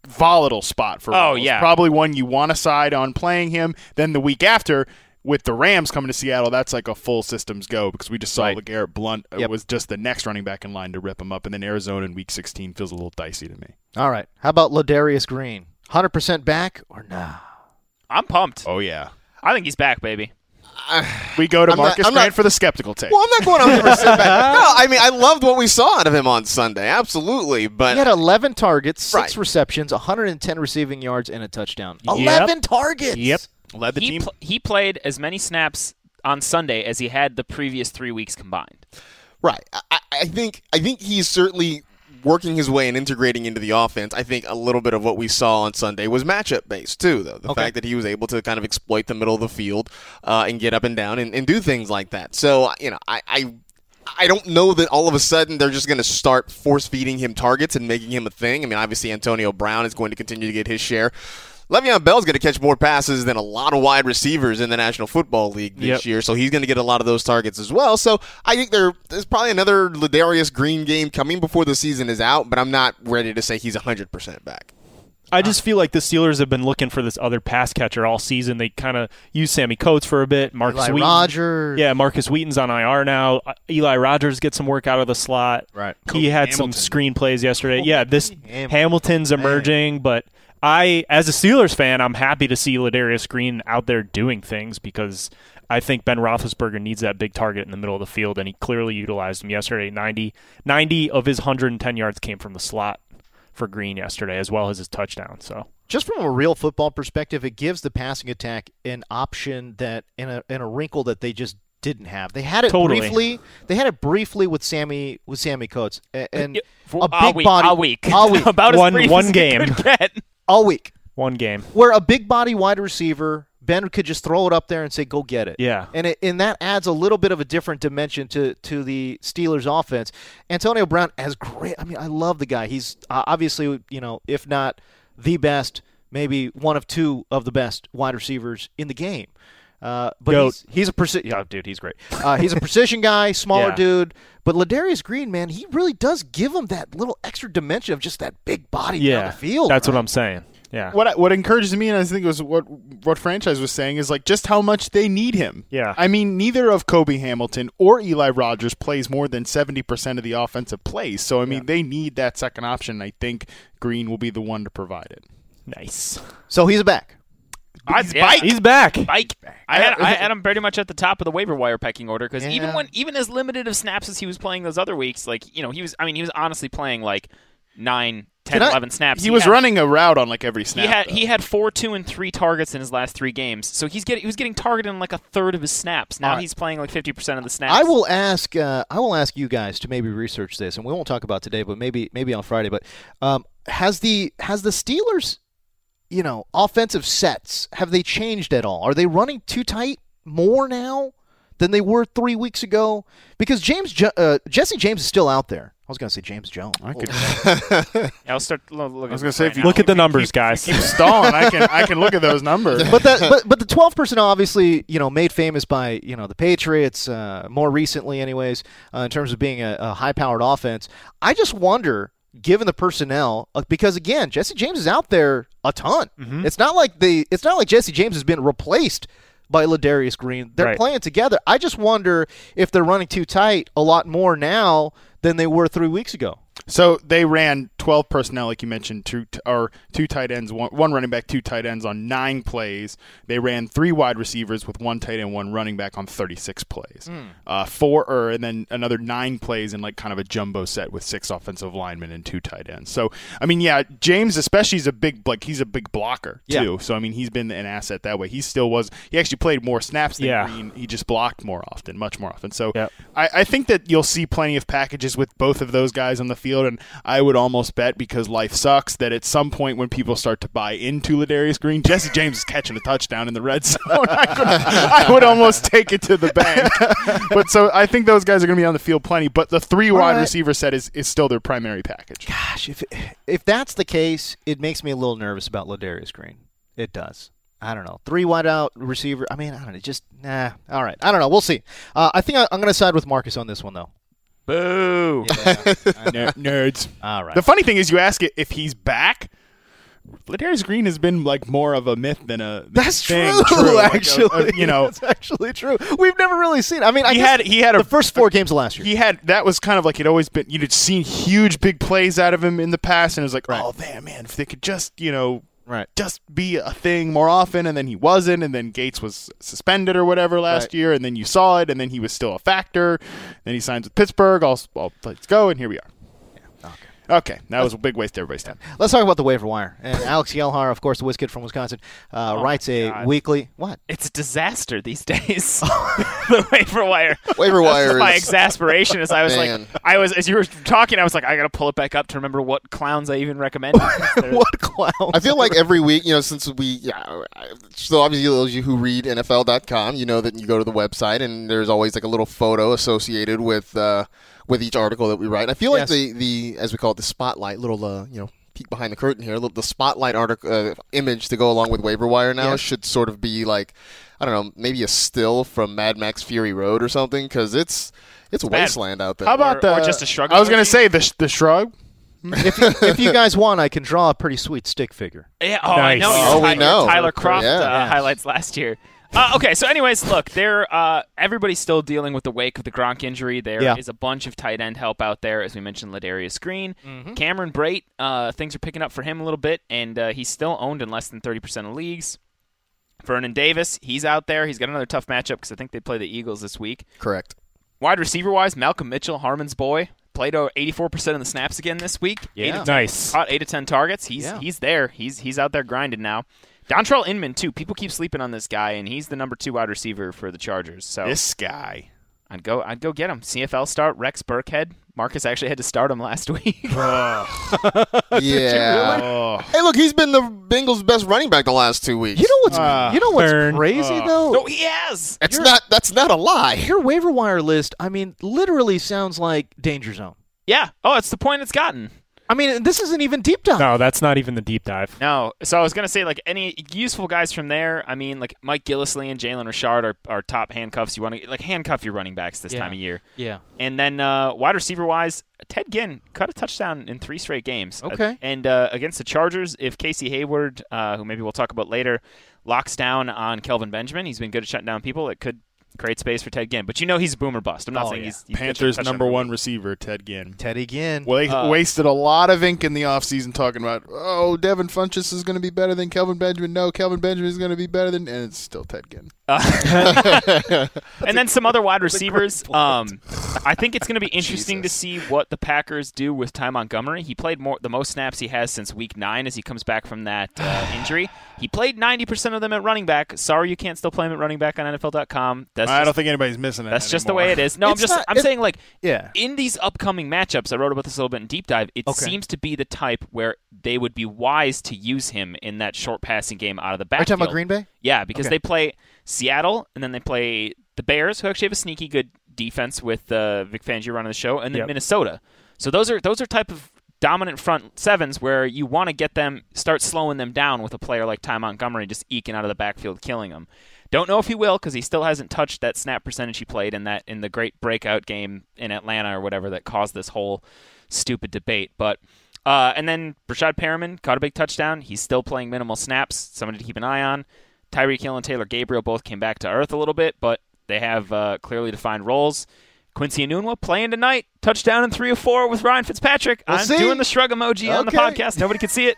volatile spot for. Oh, Rawls. yeah. Probably one you want to side on playing him. Then the week after. With the Rams coming to Seattle, that's like a full systems go because we just saw LeGarrette Blunt uh, Yep. was just the next running back in line to rip him up. And then Arizona in week 16 feels a little dicey to me. All right. How about Ladarius Green? 100% back or nah? I'm pumped. Oh, yeah. I think he's back, baby. We go to I'm not- Marcus I'm not- Grant for the skeptical take. Well, I'm not going 100 percent back. No, I mean I loved what we saw out of him on Sunday. Absolutely, but He had 11 targets, 6 Right. receptions, 110 receiving yards, and a touchdown. Yep. 11 targets. Yep. Led the he team. pl- he played as many snaps on Sunday as he had the previous three weeks combined. Right. I- I, I think I think he's certainly working his way and integrating into the offense. I think a little bit of what we saw on Sunday was matchup based too, though. The fact that he was able to kind of exploit the middle of the field uh, and get up and down and, and do things like that. So you know, I. I I don't know that all of a sudden they're just going to start force feeding him targets and making him a thing. I mean, obviously Antonio Brown is going to continue to get his share. Le'Veon Bell's going to catch more passes than a lot of wide receivers in the National Football League this Yep. year, so he's going to get a lot of those targets as well. So I think there, there's probably another Ladarius Green game coming before the season is out, but I'm not ready to say he's 100% back. I uh, just feel like the Steelers have been looking for this other pass catcher all season. They kind of used Sammy Coates for a bit. Marcus Eli Wheaton. Rogers. Yeah, Marcus Wheaton's on IR now. Uh, Eli Rogers gets some work out of the slot. Right. He Kobe had some Hamilton. screen plays yesterday. yeah, this Hamilton. Hamilton's emerging, but I as a Steelers fan, I'm happy to see Ladarius Green out there doing things because I think Ben Roethlisberger needs that big target in the middle of the field, and he clearly utilized him yesterday. 90, 90 of his 110 yards came from the slot for Green yesterday, as well as his touchdown. So just from a real football perspective, it gives the passing attack an option that and a and a wrinkle that they just didn't have. They had it Totally. briefly. They had it briefly with Sammy with Sammy Coates a- and Yeah, for- a big all week, body all week, all week, about as One- brief one as it game. could get. all week, one game. where a big body wide receiver Ben could just throw it up there and say, "Go get it." Yeah. and it, and that adds a little bit of a different dimension to to the Steelers' offense. Antonio Brown as great. I mean, I love the guy. He's uh, obviously you know if not the best, maybe one of two of the best wide receivers in the game. Uh, but Goat. he's, he's a precision. Yeah, dude, he's great. Uh, he's a precision guy, smaller Yeah. dude. But Ladarius Green, man, he really does give him that little extra dimension of just that big body down Yeah, the field. That's man. what I'm saying. Yeah, what I- what encourages me, and I think it was what what franchise was saying is like just how much they need him. Yeah. I mean, neither of Kobe Hamilton or Eli Rogers plays more than seventy percent of the offensive plays. So I mean, they need that second option. I think Green will be the one to provide it. nice. So he's back. I, yeah, He's back. Bike. I had I had him pretty much at the top of the waiver wire pecking order because even when even as limited of snaps as he was playing those other weeks, like you know he was I mean he was honestly playing like nine, ten, Can I- eleven snaps. He, was had- running a route on like every snap. He had though. he had four, two, and three targets in his last three games. So he's getting he was getting targeted in like a third of his snaps. Now he's playing like fifty percent of the snaps. I will ask. Uh, I will ask you guys to maybe research this, and we won't talk about today, but maybe maybe on Friday. But um, has the has the Steelers, you know, offensive sets have they changed at all? Are they running too tight more now than they were three weeks ago? Because James jo- uh, Jesse James is still out there. I was going to say James Jones. I could Yeah, I'll start lo- looking. I was gonna say, if you- Look at the numbers, guys. keep stalling. I can I can look at those numbers. but that but, but the 12 personnel obviously you know made famous by you know the patriots uh, more recently anyways uh, in terms of being a, a high powered offense i just wonder given the personnel uh, because again jesse james is out there a ton it's not like they it's not like jesse james has been replaced by Ladarius Green, they're Right. playing together. I just wonder if they're running too tight a lot more now than they were three weeks ago. So they ran 12 personnel, like you mentioned, two t- or two tight ends, one, one running back, two tight ends on nine plays. They ran three wide receivers with one tight end, one running back on 36 plays. Uh, four or and then another nine plays in like kind of a jumbo set with six offensive linemen and two tight ends. So I mean, yeah, James especially is a big like he's a big blocker Yeah. too. So I mean, he's been an asset that way. He still was. He actually played more snaps than Yeah. Green. He just blocked more often, much more often. So Yep. I, I think that you'll see plenty of packages with both of those guys on the field, and I would almost bet because life sucks that at some point when people start to buy into Ladarius Green, Jesse James is catching a touchdown in the red zone. I, could, I would almost take it to the bank. But so I think those guys are going to be on the field plenty. But the three wide right. receiver set is, is still their primary package. Gosh, if if that's the case, it makes me a little nervous about Ladarius Green. It does. I don't know. Three wide out receiver. I mean, I don't know. Just nah. All right. I don't know. We'll see. Uh, I think I, I'm going to side with Marcus on this one though. Boo! Ner- nerds. All right. The funny thing is, you ask it if he's back. Ladarius Green has been like more of a myth than a than a that's thing, true. Like, a- Actually, a- you know, that's actually true. We've never really seen. I mean, I he guess had he had a the first four games of last year. he had that was kind of like it always been you'd seen huge big plays out of him in the past and it was like oh man man if they could just you know Right. just be a thing more often and then he wasn't and then Gates was suspended or whatever last Right. year and then you saw it and then he was still a factor then he signs with Pittsburgh all, all let's go and here we are Okay, that was a big waste of everybody's time. Let's talk about the waiver wire. And Alex Yelhar, of course, the whiz kid from Wisconsin, uh, Oh, writes a God. weekly. What? It's a disaster these days. the waiver wire. Waiver That's wire My is- exasperation is I was Man. like, I was as you were talking, I was like, I gotta pull it back up to remember what clowns I even recommended. What clown? I feel like every week, you know, since we, yeah, I- so obviously those of you who read NFL.com, you know that you go to the website and there's always like a little photo associated with uh, with each article that we write. And I feel like Yes. the the as we call it the spotlight, little uh, you know, peek behind the curtain here, little, the spotlight article uh, image to go along with waiver wire now Yes. should sort of be like I don't know, maybe a still from Mad Max Fury Road or something because it's it's, bad. wasteland out there. How about Or- the? or just a shrug I was gonna emoji? say the sh- the shrug. if, you, if you guys want, I can draw a pretty sweet stick figure. Yeah, oh, I Nice. know. Oh, we Tyler, know. Tyler Croft Yeah. uh, Yeah. highlights last year. Uh, okay, so anyways, look, there. Uh, everybody's still dealing with the wake of the Gronk injury. There is Yeah. a bunch of tight end help out there, as we mentioned. Ladarius Green, Cameron Brait. Uh, things are picking up for him a little bit, and uh, he's still owned in less than thirty percent of leagues. Vernon Davis, he's out there. He's got another tough matchup because I think they play the Eagles this week. Correct. Wide receiver wise, Malcolm Mitchell, Harmon's boy, played over eighty four percent of the snaps again this week. Eight of Nice. caught eight to ten targets. He's Yeah. he's there. He's he's out there grinding now. Dontrell Inman too. People keep sleeping on this guy, and he's the number two wide receiver for the Chargers. So This guy. I'd go I'd go get him. CFL start Rex Burkhead. Marcus actually had to start him last week. yeah. Oh, Hey, look, he's been the Bengals' best running back the last two weeks. You know what's Ah, you know what's burn. crazy though? no, he has. That's not that's not a lie. Your waiver wire list, I mean, literally sounds like danger zone. Yeah. Oh, it's the point it's gotten. I mean, this isn't even deep dive. No, that's not even the deep dive. No. So I was gonna say like any useful guys from there. I mean like Mike Gillisley and Jalen Richard are, are top handcuffs. You want to like handcuff your running backs this Yeah. time of year. Yeah. And then uh, wide receiver wise, Ted Ginn caught a touchdown in three straight games. Okay. Uh, and uh, against the Chargers, if Casey Hayward, uh, who maybe we'll talk about later, locks down on Kelvin Benjamin, he's been good at shutting down people. It could create space for Ted Ginn. But you know he's a boomer bust. I'm not Oh, saying yeah. he's, he's Panthers touchdown number number. one receiver Ted Ginn. Teddy Ginn. Well, they Uh, wasted a lot of ink in the offseason talking about, oh, Devin Funchess is going to be better than Kelvin Benjamin. No, Kelvin Benjamin is going to be better than, and it's still Ted Ginn. and then some other wide receivers. Um, I think it's going to be interesting to see what the Packers do with Ty Montgomery. He played more, the most snaps he has since Week Nine as he comes back from that uh, injury. He played 90% of them at running back. Sorry, you can't still play him at running back on NFL.com. That's I just, don't think anybody's missing it. that's just the way it is. No, It's I'm just not- I'm it- saying like yeah. in these upcoming matchups, I wrote about this a little bit in deep dive. It Okay. seems to be the type where they would be wise to use him in that short passing game out of the Are you backfield. talking about Green Bay? Yeah, because Okay. they play Seattle and then they play the Bears, who actually have a sneaky good defense with uh, Vic Fangio running the show, and then Yep. Minnesota. So those are those are type of dominant front sevens where you want to get them start slowing them down with a player like Ty Montgomery just eking out of the backfield, killing them. Don't know if he will because he still hasn't touched that snap percentage he played in that in the great breakout game in Atlanta or whatever that caused this whole stupid debate. But uh, and then Brashad Perriman caught a big touchdown. He's still playing minimal snaps. Somebody to keep an eye on. Tyreek Hill and Taylor Gabriel both came back to earth a little bit, but they have uh, clearly defined roles. Quincy Anunwa playing tonight, touchdown in three of four with Ryan Fitzpatrick. We'll I'm see. doing the shrug emoji on the Okay. podcast. Nobody could see it.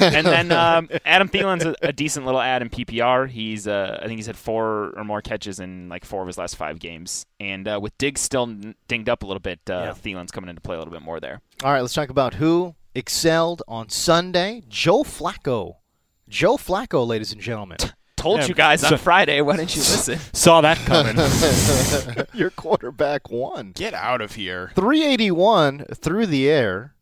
and then um, Adam Thielen's a, a decent little ad in PPR. He's uh, I think he's had four or more catches in like four of his last five games. And uh, with Diggs still n- dinged up a little bit, uh, Thielen's coming into play a little bit more there. All right, let's talk about who excelled on Sunday. Joe Flacco. Joe Flacco, ladies and gentlemen. Told Yeah, you guys so- on Friday. Why didn't you listen? Saw that coming. Your quarterback won. Get out of here. 381 through the air,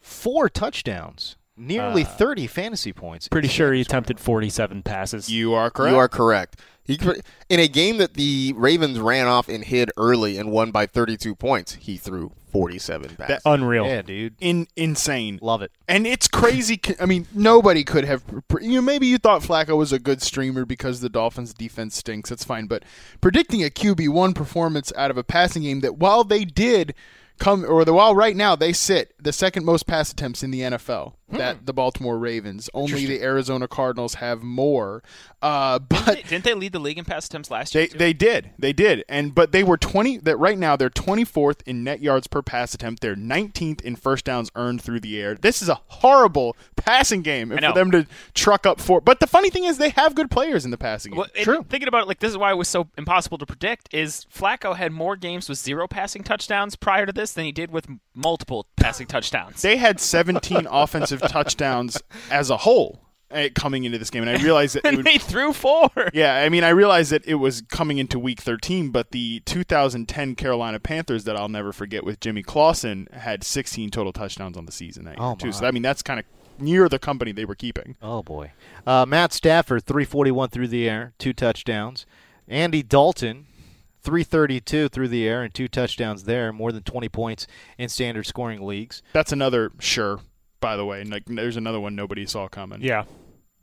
four touchdowns, nearly Ah. 30 fantasy points. Pretty sure he attempted 47 passes. You are correct. You are correct. He cr- in a game that the Ravens ran off and hid early and won by 32 points, he threw 47 passes. Unreal. Yeah, dude. In, insane. Love it. And it's crazy. c- I mean, nobody could have. pre- You know, maybe you thought Flacco was a good streamer because the Dolphins' defense stinks. That's fine, but predicting a QB one performance out of a passing game that while they did come or the while right now they sit the second most pass attempts in the NFL. Hmm. that the Baltimore Ravens. Only the Arizona Cardinals have more. Uh, but Didn't they lead the league in pass attempts last year? They, too? they did they did and but they were 20 that right now they're 24th in net yards per pass attempt they're 19th in first downs earned through the air this is a horrible passing game and know. for them to truck up four but the funny thing is they have good players in the passing game Well, and true Thinking about it, like this is why it was so impossible to predict. Is Flacco had more games with zero passing touchdowns prior to this than he did with m- multiple passing touchdowns. they had 17 offensive touchdowns as a whole eh, coming into this game and I realized that it and would they threw four. Yeah, I mean, I realized that it was coming into week 13, but the 2010 Carolina Panthers that I'll never forget with Jimmy Clausen had 16 total touchdowns on the season that year, Oh, too. So, my. I mean, that's kind of near the company they were keeping. Oh boy. Uh, Matt Stafford, 341 through the air, two touchdowns. Andy Dalton, 332 through the air and two touchdowns there, more than 20 points in standard scoring leagues. That's another sure, by the way. and, Like, there's another one nobody saw coming. Yeah.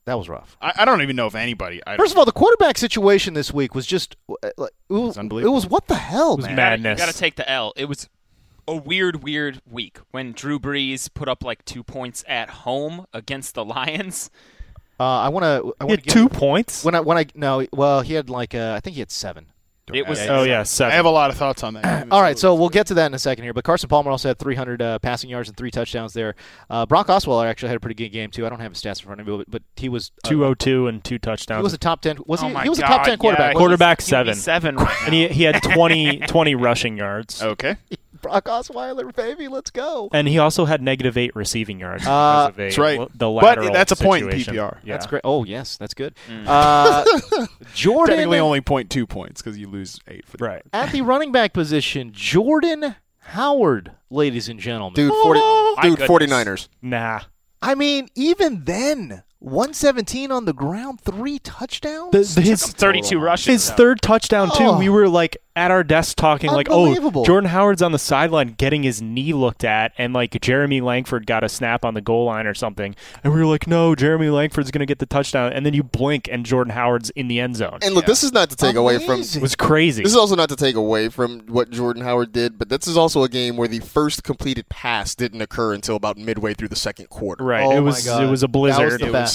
That was rough. I, I don't even know if anybody. I First of all, the quarterback situation this week was just uh, it was, unbelievable. It was what the hell, was man. mad. You Madness. gotta take the L. It was a weird, weird week when Drew Brees put up like two points at home against the Lions. Uh, I want to. I He want had two points. When I when I no, well, he had like uh, I think he had seven. It was oh yeah, I seven. have a lot of thoughts on that. All right, so we'll get to that in a second here. But Carson Palmer also had 300 uh, passing yards and three touchdowns there. Uh, Brock Osweiler actually had a pretty good game too. I don't have his stats in front of me, but, but he was uh, 202 and two He touchdowns. was a top 10. Was Oh he? my He was a top God, 10 quarterback. yeah. wasn't Quarterback He's seven. seven right and he, he had 20, 20 rushing yards. Okay. he? Brock Osweiler, baby, let's go. And he also had negative eight receiving yards. Uh, because of a, that's right. The But lateral that's a point in situation. PPR. Yeah. Mm. That's great. Oh yes, that's good. Uh, Jordan Technically only 0.2 points because you lose eight for the Right. at the running back position. Jordan Howard, ladies and gentlemen. Dude, 40, dude goodness. 49ers. Nah. I mean, even then, 117 on the ground, three touchdowns. The, the- his thirty-two rushes. his third touchdown too. Oh. We were like at our desk talking like, Unbelievable. "Oh, Jordan Howard's on the sideline getting his knee looked at and like Jeremy Langford got a snap on the goal line or something." And we were like, "No, Jeremy Langford's going to get the touchdown." And then you blink and Jordan Howard's in the end zone. And look, this is not to take away from It was crazy. This is also not to take away from what Jordan Howard did, but this is also a game where the first completed pass didn't occur until about midway through the second quarter. right. Oh my it was God. it was a That was blizzard. the best.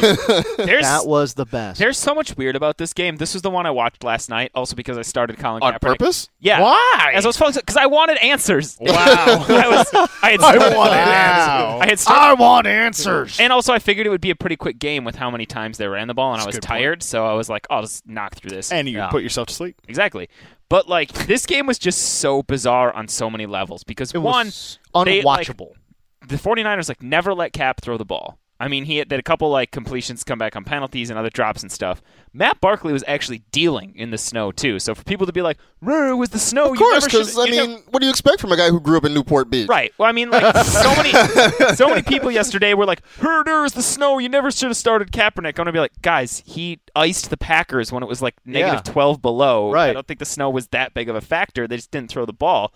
There's That was the best. there's so much weird about this game. This was the one I watched last night, also because I started Colin On Kaepernick. purpose? Yeah. Why? As I was focused, because I wanted answers. Wow. I was. I had started, Wow. I had started I want answers. And also, I figured it would be a pretty quick game with how many times they ran the ball, and I was tired, so I was like, I'll just knock through this. And you Yeah. put yourself to sleep. exactly. But like, this game was just so bizarre on so many levels because It one, was they, like, unwatchable. the 49ers like never let Cap throw the ball. I mean, he had, they had a couple like completions come back on penalties and other drops and stuff. Matt Barkley was actually dealing in the snow too. So for people to be like, "Roo, it was the snow?" Of course, because because, I mean, what do you expect from a guy who grew up in Newport Beach? Right. Well, I mean, like so many, so many people yesterday were like, "Herder is the snow. You never should have started Kaepernick." I'm gonna be like, guys, he iced the Packers when it was like negative Yeah. 12 below. Right. I don't think the snow was that big of a factor. They just didn't throw the ball.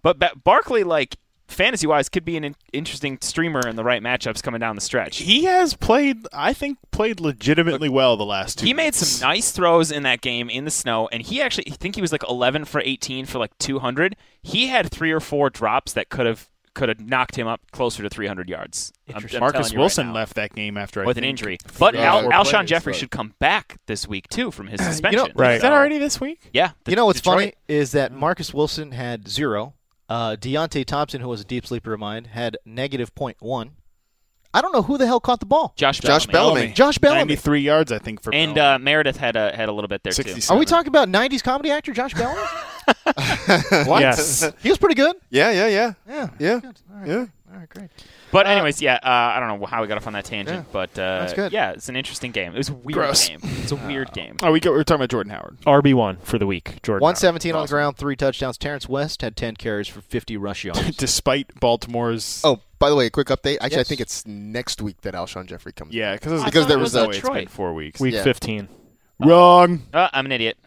But ba- Barkley, like fantasy wise, could be an in- interesting streamer in the right matchups coming down the stretch. He, He has played, I think, played legitimately well the last two. made weeks. some nice throws in that game in the snow, and he actually, I think he was like 11 for 18 for like 200. He had three or four drops that could have. Could have knocked him up closer to 300 yards. I'm- I'm telling Marcus you right Wilson now. left that game after I with an think, injury. But Al- four Alshon players, Jeffrey but- should come back this week too from his suspension. Right. Is that already this week? Yeah. the- you know what's Detroit- funny is that Marcus Wilson had zero. Uh, Deontay Thompson, who was a deep sleeper of mine, had negative point one. I don't know who the hell caught the ball. Josh Bellamy. Josh Bellamy. Josh Bellamy. Ninety-three yards, I think, for and Bellamy. uh, Meredith had a had a little bit there too. Are we talking about '90s comedy actor Josh Bellamy? What? Yes. he was pretty good. yeah, yeah, yeah. Yeah. Yeah. Good. All right. Yeah. All right. Great. But anyways, yeah, uh, I don't know how we got off on that tangent, but uh, That's good. yeah, it's an interesting game. It was a weird Gross. game. It's a weird game. Oh, we go, we're talking about Jordan Howard. RB one for the week. Jordan. Howard. 117 on the ground, three touchdowns. Terrence West had 10 carries for 50 rush yards. Despite Baltimore's, Oh, by the way, a quick update. Actually, I Yes. think it's next week that Alshon Jeffrey comes. yeah, because Because thought there it was was a it's Detroit. been four weeks. Week Yeah. fifteen. Wrong. Uh, I'm an idiot.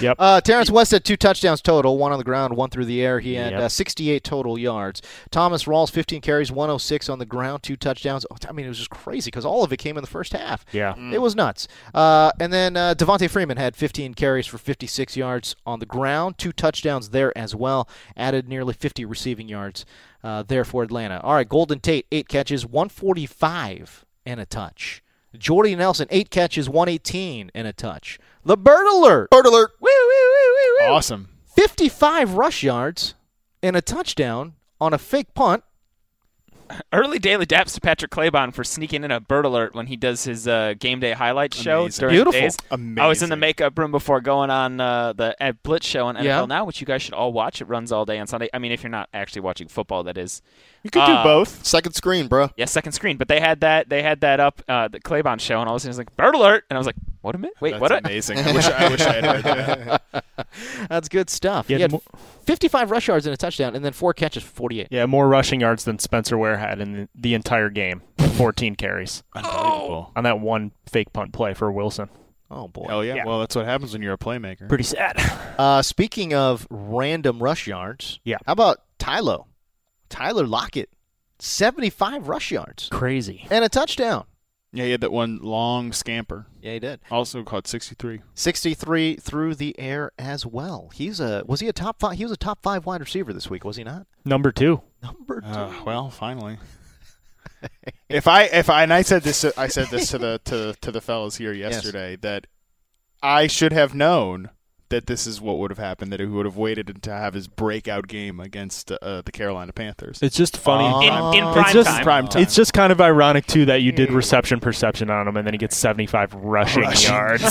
Yep. Uh, Terrence West had two touchdowns total, one on the ground, one through the air. He had Yep. uh, 68 total yards. Thomas Rawls, 15 carries, 106 on the ground, two touchdowns. Oh, I mean, it was just crazy because all of it came in the first half. Yeah. It was nuts. Uh, and then uh, Devontae Freeman had 15 carries for 56 yards on the ground, two touchdowns there as well, added nearly 50 receiving yards uh, there for Atlanta. All right, Golden Tate, eight catches, 145 and a touch. Jordy Nelson, eight catches, 118 and a touch. The Bird Alert. Bird alert. Woo, woo, woo, woo, woo. Awesome. 55 rush yards and a touchdown on a fake punt. Early daily daps to Patrick Claybon for sneaking in a bird alert when he does his uh, game day highlights show. Amazing. During Beautiful. Days. I was in the Amazing. makeup room before going on uh, the at Blitz show on NFL Yeah. Now, which you guys should all watch. It runs all day on Sunday. I mean, if you're not actually watching football, that is. You could Uh, do both. Second screen, bro. Yeah, second screen. But they had that. They had that up uh, the Claybon show, and all of a sudden it's like bird alert, and I was like, "What a minute! Wait, That's what? A-? amazing. I wish I wish I had heard that. That's good stuff. Yeah, he had mo- 55 rush yards and a touchdown and then four catches for 48. Yeah, more rushing yards than Spencer Ware had in the, the entire game. 14 carries Unbelievable. on that one fake punt play for Wilson. Oh, boy. Hell yeah. Well, that's what happens when you're a playmaker. Pretty sad. Uh, speaking of random rush yards, Yeah. how about Tylo? Tyler Lockett, 75 rush yards Crazy. and a touchdown. Yeah, he had that one long scamper. Yeah, he did. Also caught 63. 63 through the air as well. He's a was he a top five? He was a top five wide receiver this week, was he not? Number two. Number two. Uh, well, finally. if I if I and I said this I said this to the to to the fellas here yesterday that I should have known that this is what would have happened that he would have waited to have his breakout game against uh, the Carolina Panthers. It's just funny. Oh. In, in It's prime just time. prime time. It's just kind of ironic too that you did reception perception on him, and then he gets 75 rushing, yards.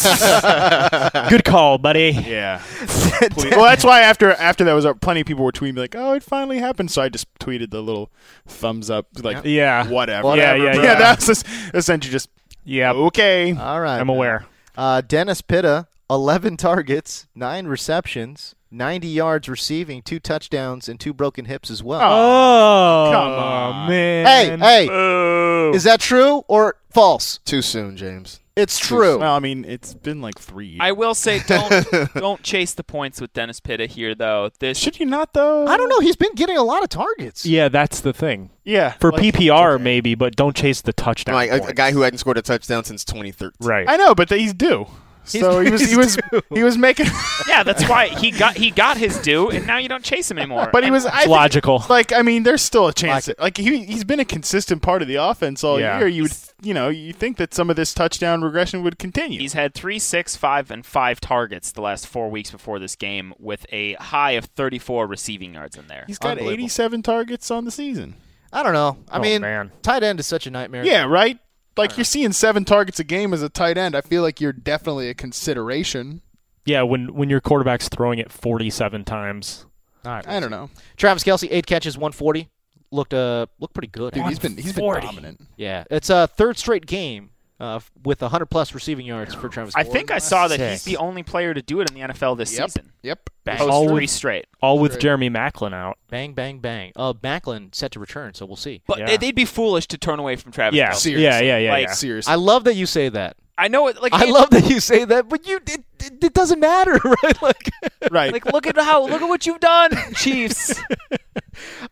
Good call, buddy. yeah. Please- well, that's why after after that was up, plenty of people were tweeting like, "Oh, it finally happened." So I just tweeted the little thumbs up like Yeah, whatever. Whatever, yeah, bro. yeah. That's just, essentially just yeah. okay. All right. I'm aware. Uh, Dennis Pitta, 11 targets, 9 receptions, 90 yards receiving, 2 touchdowns, and 2 broken hips as well. Oh, Come on. man. hey, hey, is that true or false? Too soon, James. It's true. Well, I mean, it's been like three. Years. I will say, don't don't chase the points with Dennis Pitta here, though. This Should you not though? I don't know. He's been getting a lot of targets. Yeah, that's the thing. Yeah, For like- PPR, okay. maybe, but don't chase the touchdown. Like a, a points. guy who hadn't scored a touchdown since 2013. right. I know, but he's due. So he was he was he was making, Yeah, that's why he got he got his due, and now you don't chase him anymore. but he was I It's think- logical. Like I mean, there's still a chance. That, like he he's been a consistent part of the offense all Yeah. year. You would you know you think that some of this touchdown regression would continue. He's had three, six, five, and five targets the last four weeks before this game, with a high of 34 receiving yards in there. he's got Unbelievable. 87 targets on the season. I don't know. I Oh, mean, man. tight end is such a nightmare. Yeah, right. Like you're seeing seven targets a game as a tight end. I feel like you're definitely a consideration. Yeah, when when your quarterback's throwing it 47 times. All right. I don't know, Travis Kelsey, eight catches, 140. Looked uh looked pretty good. dude. He's been he's been 140. dominant. yeah, it's a third straight game uh, f- with 100 plus receiving yards for Travis. I Kelce. think I saw that Sick. he's the only player to do it in the NFL this Yep. season. Yep. Bang. It's Post three always- straight. All with Jeremy Macklin out. bang bang bang. Uh, Macklin set to return, so we'll see. But Yeah. they- they'd be foolish to turn away from Travis. Yeah. Kelce. Seriously. Yeah, yeah, yeah. Like, yeah. Seriously. I love that you say that. I know it. Like I love that you say that, but you it, it, it doesn't matter, right? Like, right. Like look at how look at what you've done, Chiefs.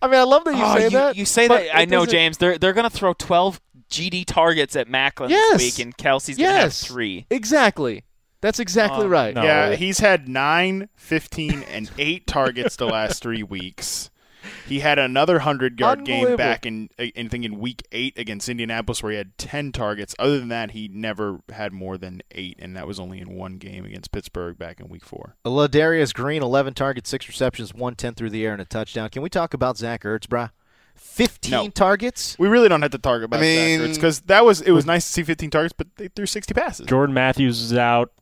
I mean, I love that you Oh, say you, that. you say but that. I it know, doesn't- James. They're they're gonna throw 12 GD targets at Macklin Yes. this week, and Kelsey's gonna have Yes, three. Exactly. That's exactly Oh, right. no. Yeah, he's had 9, 15, and 8 targets the last three weeks. He had another 100 yard game Unbelievable. back in, I I think, in week 8 against Indianapolis where he had 10 targets. Other than that, he never had more than 8, and that was only in one game against Pittsburgh back in week 4. Ladarius Green, 11 targets, 6 receptions, 110 through the air, and a touchdown. Can we talk about Zach Ertz, bruh? 15 No. targets? We really don't have to talk about I mean- that because that was it was nice to see 15 targets, but they threw 60 passes. Jordan Matthews is out.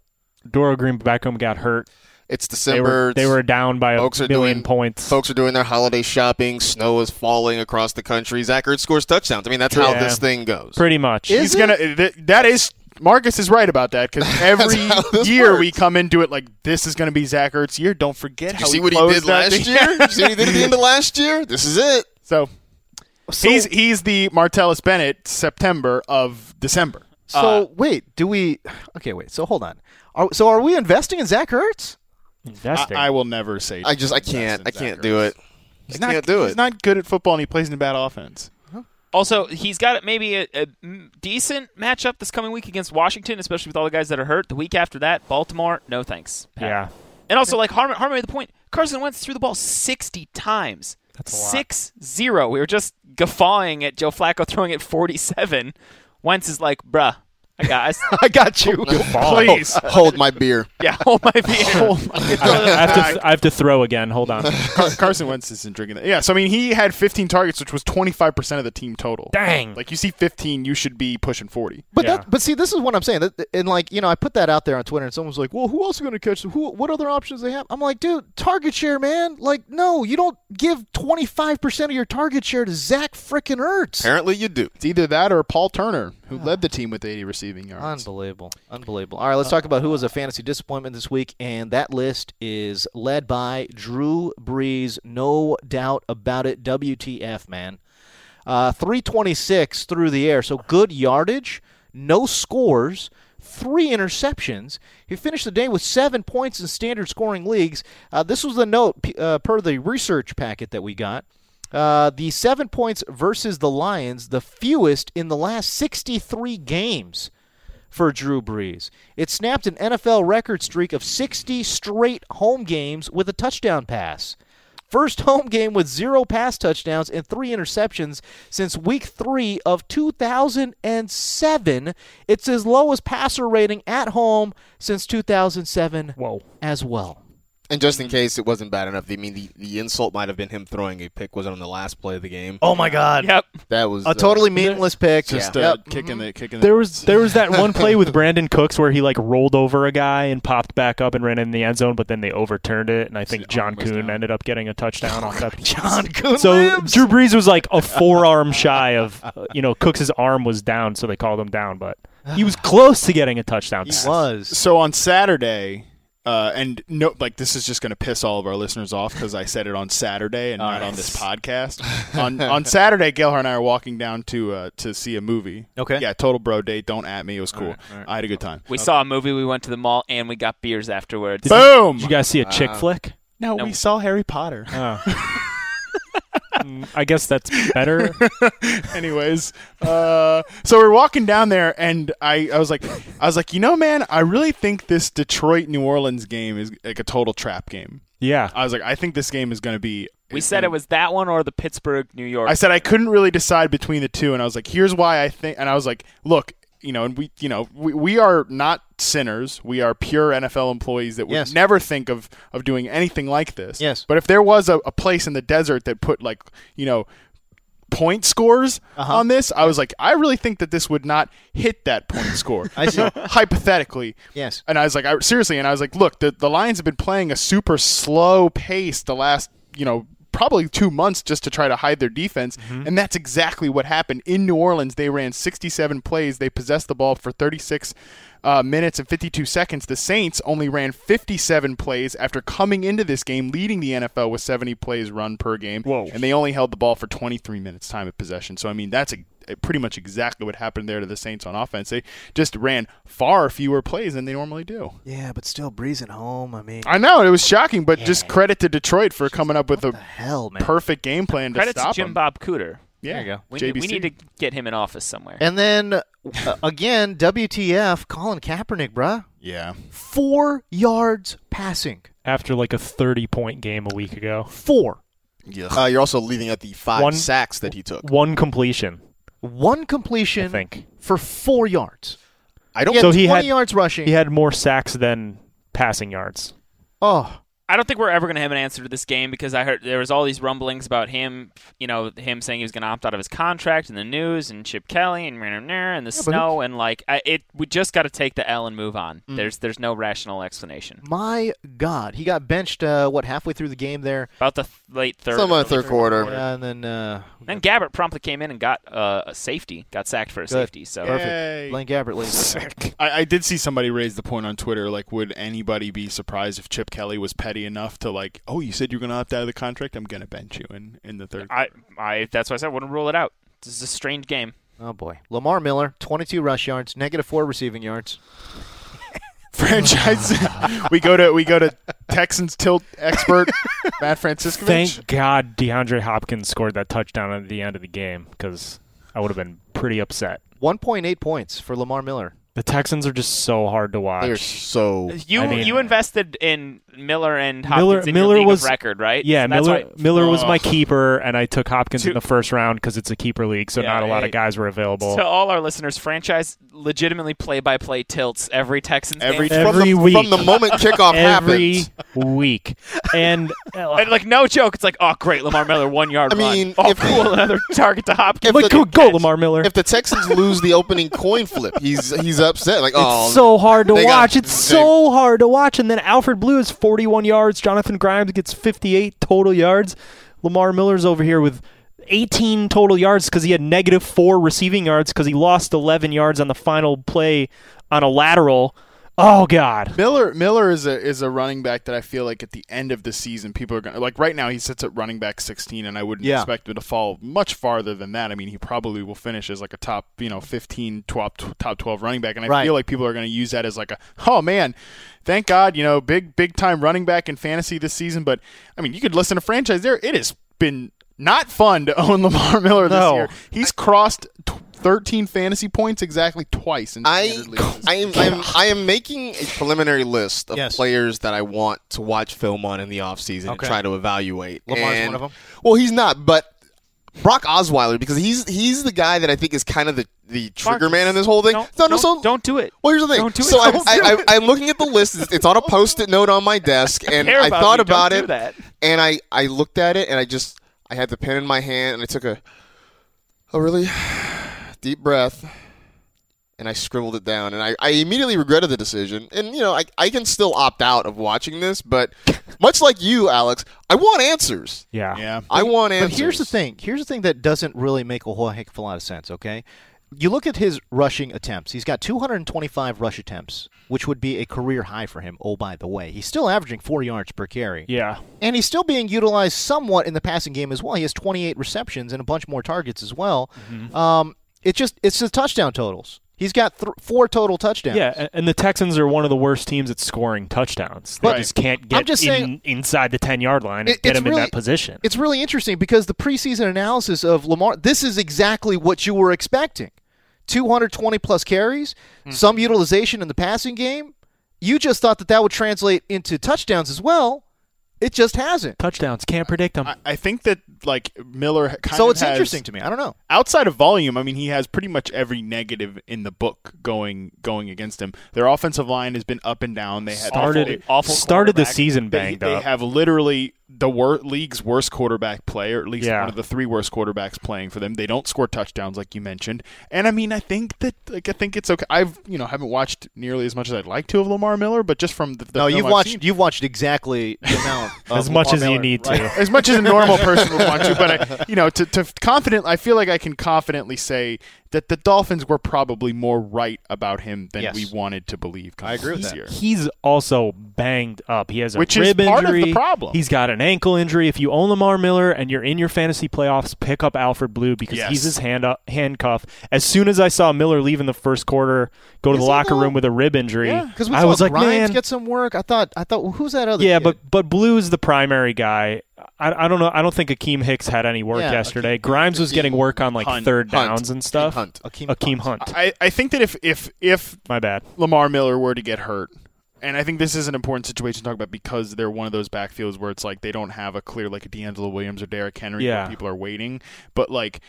Doro Green Beckham got hurt. It's They December. were, they were down by a Folks are million doing- points. Folks are doing their holiday shopping. Snow is falling across the country. Zach Ertz scores touchdowns. I mean, that's how Yeah. this thing goes. Pretty much. Is He's it? gonna. Th- that is Marcus is right about that because every how this year works. we come into it like this is going to be Zach Ertz year. Don't forget Did how you see he what he closed did that last year? Did you see what he did at the end of last year? This is it. So, he's he's the Martellus Bennett September of December. So Uh, wait, do we? Okay, wait. So hold on. Are, so are we investing in Zach Ertz? Investing. I, I will never say. I just I can't I can't do it. He's I not, can't do He's it. not good at football, and he plays in a bad offense. Also, he's got maybe a, a m- decent matchup this coming week against Washington, especially with all the guys that are hurt. The week after that, Baltimore, no thanks. Pat. yeah. And also, like Harmon, Harmon made the point. Carson Wentz threw the ball 60 times. That's a lot. Six zero. We were just guffawing at Joe Flacco throwing it 47. Wentz is like, bruh, I got. I, I got you. Please. Oh, Hold my beer. yeah, hold my beer. I, I have to th- I have to throw again. Hold on. Car- Carson Wentz isn't drinking that. Yeah, so I mean, he had 15 targets, which was 25% of the team total. Dang. Like, you see 15, you should be pushing 40. But Yeah. that, but see, this is what I'm saying. That, and like you know, I put that out there on Twitter, and someone's like, "Well, who else is going to catch? them? Who? What other options they have?" I'm like, "Dude, target share, man. Like, no, you don't give 25 percent of your target share to Zach frickin' Ertz." Apparently you do. It's either that or Paul Turner, who led the team with 80 receiving yards. Unbelievable, unbelievable. All right, let's talk about who was a fantasy disappointment this week, and that list is led by Drew Brees, no doubt about it. WTF, man. Uh, 326 through the air. So good yardage, no scores, three interceptions. He finished the day with seven points in standard scoring leagues. Uh, this was the note p- uh, per the research packet that we got. Uh, the seven points versus the Lions, the fewest in the last 63 games for Drew Brees. It snapped an NFL record streak of 60 straight home games with a touchdown pass. First home game with zero pass touchdowns and three interceptions since week three of 2007. It's his lowest passer rating at home since 2007 Whoa. as well. And just in case it wasn't bad enough, I mean the, the insult might have been him throwing a pick was on the last play of the game. Oh, my God. yep. That was A uh, totally meaningless pick. Just Yeah. uh, Yep. kicking the kicking. There was there was that one play with Brandon Cooks where he like rolled over a guy and popped back up and ran in the end zone, but then they overturned it, and I think John Kuhn ended up getting a touchdown off that. John Kuhn So lives. Drew Brees was like a forearm shy of uh, you know Cooks' arm was down, so they called him down, but he was close to getting a touchdown. He pass. was. so on Saturday, uh, and no, like this is just going to piss all of our listeners off because I said it on Saturday and not on this podcast. on on Saturday, Gelhar and I are walking down to uh, to see a movie. Okay. Yeah, total bro date. Don't at me. It was cool. I had a good time. We saw a movie. We went to the mall and we got beers afterwards. Boom. Did you guys see a chick flick? no, No. we saw Harry Potter. Oh. Mm, I guess that's better. Anyways, uh, so we're walking down there, and I, I was like, I was like, you know, man, I really think this Detroit New Orleans game is like a total trap game. Yeah. I was like, I think this game is going to be. we said it was that one or the Pittsburgh, New York. I said I couldn't really decide between the two, and I was like, here's why I think. And I was like, look, you know, and we, you know, we, we are not sinners. We are pure NFL employees that would Yes. never think of of doing anything like this. Yes. But if there was a, a place in the desert that put like, you know. Point scores on this, I was like, I really think that this would not hit that point score. I see. Hypothetically, Yes. and I was like, I, seriously, and I was like, look, the, the Lions have been playing a super slow pace the last, you know, probably two months just to try to hide their defense. And that's exactly what happened in New Orleans. They ran 67 plays, they possessed the ball for 36 uh, minutes and 52 seconds. The Saints only ran 57 plays after coming into this game, leading the NFL with 70 plays run per game. Whoa. And they only held the ball for 23 minutes time of possession. So, I mean, that's a eh, pretty much exactly what happened there to the Saints on offense. They just ran far fewer plays than they normally do. Yeah, but still breezing home. I mean, I know it was shocking, but just credit to Detroit for coming up with a hell, man. perfect game plan to Credit to stop Jim him. Bob Cooter. Yeah, There you go. We, JBC. need, we need to get him in office somewhere. And then uh, again, WTF, Colin Kaepernick, bruh. yeah, Four yards passing. After like a 30 point game a week ago, Four. Uh, you're also leaving out the five One- sacks that he took. one completion, One I completion think. for four yards. I don't He had So he 20 had- yards rushing. He had more sacks than passing yards. oh, I don't think we're ever going to have an answer to this game because I heard there was all these rumblings about him, you know, him saying he was going to opt out of his contract in the news and Chip Kelly and and the snow and like I, it. We just got to take the L and move on. Mm. There's there's no rational explanation my God. He got benched, uh, what, halfway through the game there? about the th- late third. Somewhere in the early third quarter. Yeah, and then uh, Then Gabbert promptly came in and got uh, a safety, got sacked for a safety. So perfect. Yay. Blaine Gabbert leaves. I, I did see somebody raise the point on Twitter. Like, would anybody be surprised if Chip Kelly was petty enough to like, oh, you said you're going to opt out of the contract? I'm going to bench you in in the third. I I that's why I said I wouldn't rule it out. This is a strange game. Oh boy, Lamar Miller, 22 rush yards, negative four receiving yards. franchise. we go to we go to Texans tilt expert Matt Francisco. Thank God DeAndre Hopkins scored that touchdown at the end of the game because I would have been pretty upset. 1.8 points for Lamar Miller. The Texans are just so hard to watch. They're so You I mean- you invested in Miller and Hopkins Miller- in your Miller league of was- record, right? Yeah, So that's Miller why- Oh. Miller was my keeper, and I took Hopkins Two- in the first round because it's a keeper league, so Yeah, not a lot I- of guys were available. To all our listeners, franchise legitimately play by play tilts every Texans every, game. from Every the, week. from the moment kickoff Every happens. week, and And like no joke, it's like oh great, Lamar Miller one yard I mean, run. Oh if- cool, another target to Hopkins. If like the- go, go Lamar Miller. If the Texans lose the opening coin flip, he's he's upset. Like oh, It's so hard to they got- watch. It's so hard to watch. And then Alfred Blue is 41 yards. Jonathan Grimes gets 58 total yards. Lamar Miller's over here with 18 total yards because he had negative four receiving yards because he lost 11 yards on the final play on a lateral. Oh God! Miller Miller is a is a running back that I feel like at the end of the season people are gonna like right now he sits at running back sixteen and I wouldn't Yeah. expect him to fall much farther than that. I mean he probably will finish as like a top you know 15, 12, top twelve running back and I Right. feel like people are gonna use that as like a oh man thank God you know big big time running back in fantasy this season but I mean you could listen to franchise there it has been not fun to own Lamar Miller this No. year. He's crossed. T- 13 fantasy points exactly twice in I, standard leagues. I am I am I am making a preliminary list of Yes. players that I want to watch film on in the offseason and Okay. try to evaluate. Lamar's And- one of 'em? Well, he's not, but Brock Osweiler because he's he's the guy that I think is kind of the the trigger Marcus, man in this whole thing. Don't, no, no, don't, so don't do it. well, here's the thing. Don't do it. so I, Don't I, do I, I'm looking at the list. It's- It's on a post-it note on my desk, and care I about thought you. Don't about do it, that. and I, I looked at it, and I just I had the pen in my hand, and I took a a really deep breath, and I scribbled it down, and I, I immediately regretted the decision. And you know, I I can still opt out of watching this, but much like you, Alex, I want answers. Yeah. yeah. I want But answers. here's the thing. Here's the thing that doesn't really make a whole heck of a lot of sense. Okay, you look at his rushing attempts. He's got 225 rush attempts, which would be a career high for him. Oh, by the way, he's still averaging four yards per carry. Yeah. And he's still being utilized somewhat in the passing game as well. He has 28 receptions and a bunch more targets as well. Mm-hmm. Um, it just it's the touchdown totals. He's got th- four total touchdowns. Yeah, a- and the Texans are one of the worst teams at scoring touchdowns. They But- just can't I'm get just in, saying- inside the ten yard line and It- get it's them in really- that position. It's really interesting because the preseason analysis of Lamar, this is exactly what you were expecting 220 plus carries, Hmm. some utilization in the passing game. You just thought that that would translate into touchdowns as well. It just hasn't. Touchdowns can't predict them. I, I think that like Miller kind Um, so of it's has- interesting to me. I don't know. Outside of volume, I mean, he has pretty much every negative in the book going going against him. Their offensive line has been up and down. They had started awful, awful started the quarterback. season They, banged they up. have literally the wor- league's worst quarterback play, or at least Yeah. one of the three worst quarterbacks playing for them. They don't score touchdowns like you mentioned, and I mean, I think that like I think it's okay. I've you know haven't watched nearly as much as I'd like to of Lamar Miller, but just from the, the No, film you've I've watched seen- you've watched exactly the amount of as much Lamar as you Miller, need right? to. as much as a normal person would want to, but I, you know, to, to confident, I feel like I can confidently say that the Dolphins were probably more right about him than Yes. we wanted to believe. I agree with Year. He's also banged up. He has a Which is rib part of the injury. problem. He's got an ankle injury. If you own Lamar Miller and you're in your fantasy playoffs, pick up Alfred Blue because Yes. he's his hand up, handcuff. As soon as I saw Miller leave in the first quarter, go to the locker room with a rib injury, Yeah, Because we I saw was like, Grimes man, get some work. I thought I thought well, who's that other? yeah, kid? but but Blue is the primary guy. I, I don't know. I don't think Akeem Hicks had any work Yeah, yesterday. Grimes was getting work on like Hunt. third Hunt. downs and stuff. Hunt. Akeem Akeem Hunt. I, I think that if, if if My bad. Lamar Miller were to get hurt, and I think this is an important situation to talk about because they're one of those backfields where it's like they don't have a clear like a D'Angelo Williams or Derrick Henry. where Yeah. people are waiting, but like.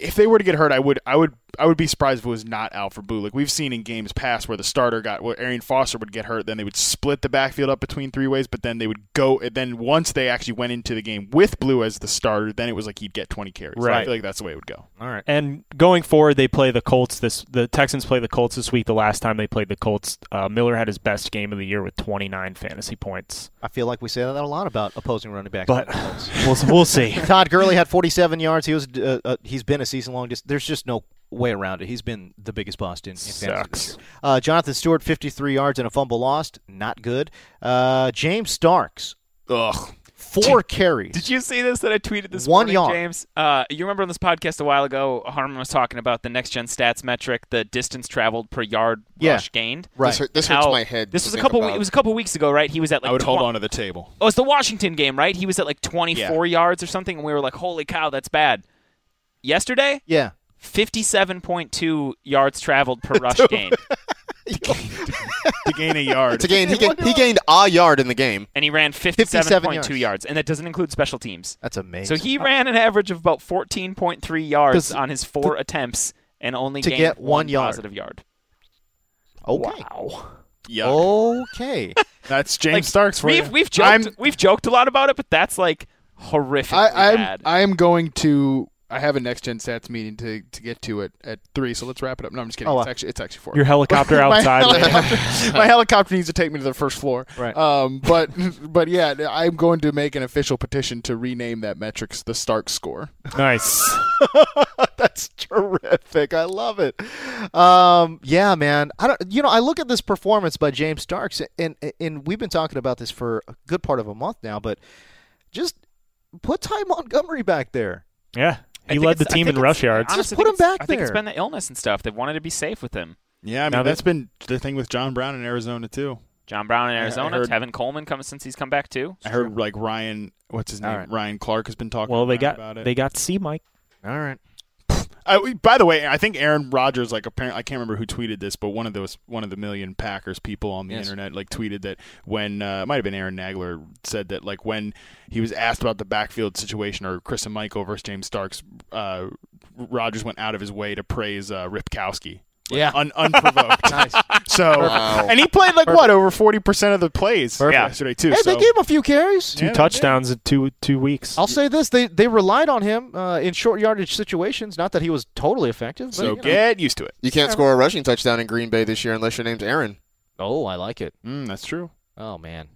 if they were to get hurt, I would, I would, I would be surprised if it was not Alfred Blue. Like we've seen in games past where the starter got, where Arian Foster would get hurt, then they would split the backfield up between three ways, but then they would go. and Then once they actually went into the game with Blue as the starter, then it was like he'd get twenty carries. So I Right. feel like that's the way it would go. And going forward, they play the Colts this. The Texans play the Colts this week. The last time they played the Colts, uh, Miller had his best game of the year with 29 fantasy points. I feel like we say that a lot about opposing running backs. But we'll, we'll see. Todd Gurley had 47 yards. He was uh, uh, he's been a season long. Just there's just no way around it. He's been the biggest bust in, in fantasy this Sucks. year. Uh, Jonathan Stewart 53 yards and a fumble lost. Not good. Uh, James Starks Ugh. four carries. Did you see this that I tweeted this One morning, yard. James? Uh, you remember on this podcast a while ago, Harmon was talking about the next gen stats metric, the distance traveled per yard Yeah. rush gained. Right. This, hurt, this hurts How- my head. This to was a think couple. we- about. It was a couple weeks ago, right? He was at like. I would hold twen- on to the table. Oh, it's the Washington game, right? He was at like 24 yards or something, and we were like, "Holy cow, that's bad." Yesterday, yeah. 57.2 yards traveled per rush gained, to gain a yard. To gain, he, gained, he gained a yard in the game. and he ran 57 57.2 yards. yards, and that doesn't include special teams. That's So amazing. he ran an average of about 14.3 yards 'Cause on his four attempts and only to gained get one yard. positive yard. okay. Yuck. Okay. That's James Like, Starks for We've you. we've I'm- joked we've joked a lot about it, but that's like horrifically I, I'm bad. I am going to. I have a next gen stats meeting to, to get to it at three, so let's wrap it up. No, I'm just kidding. Oh, it's wow. actually it's actually four. Your helicopter outside. My helicopter, my helicopter needs to take me to the first floor. Right. Um, but but yeah, I'm going to make an official petition to rename that metrics the Stark score. nice. That's terrific. I love it. Um, yeah, man. I don't. You know, I look at this performance by James Starks, and and we've been talking about this for a good part of a month now. But just put Ty Montgomery back there. Yeah. I He think led the it's- I team think in it's- rush yards. honestly, put I him think it's- back I think it's there. been the illness and stuff. They wanted to be safe with him. yeah, I Now mean, that- that's been the thing with John Brown in Arizona, too. John Brown in I- I Arizona, heard- Tevin Coleman comes since he's come back too. I heard, like, Ryan, what's his All name? right. Ryan Clark has been talking well, they around got about it. they got C Mike. All right. I, we- by the way, I think Aaron Rodgers, like apparently, I can't remember who tweeted this, but one of those one of the million Packers people on the Yes. internet like tweeted that when uh, it might have been Aaron Nagler said that like when he was asked about the backfield situation or Chris and Michael versus James Starks, uh, Rodgers went out of his way to praise uh, Ripkowski. Like, Yeah. un- unprovoked. nice. So, Wow. and he played like what over forty percent of the plays Perfect. yesterday too. Hey, so. they gave him a few carries. Two Yeah, they touchdowns in two two weeks. I'll say this: they they relied on him uh, in short yardage situations. Not that he was totally effective. But, So you know. get used to it. You can't score a rushing touchdown in Green Bay this year unless your name's Aaron. Oh, I like it. Mm, that's true. Oh man,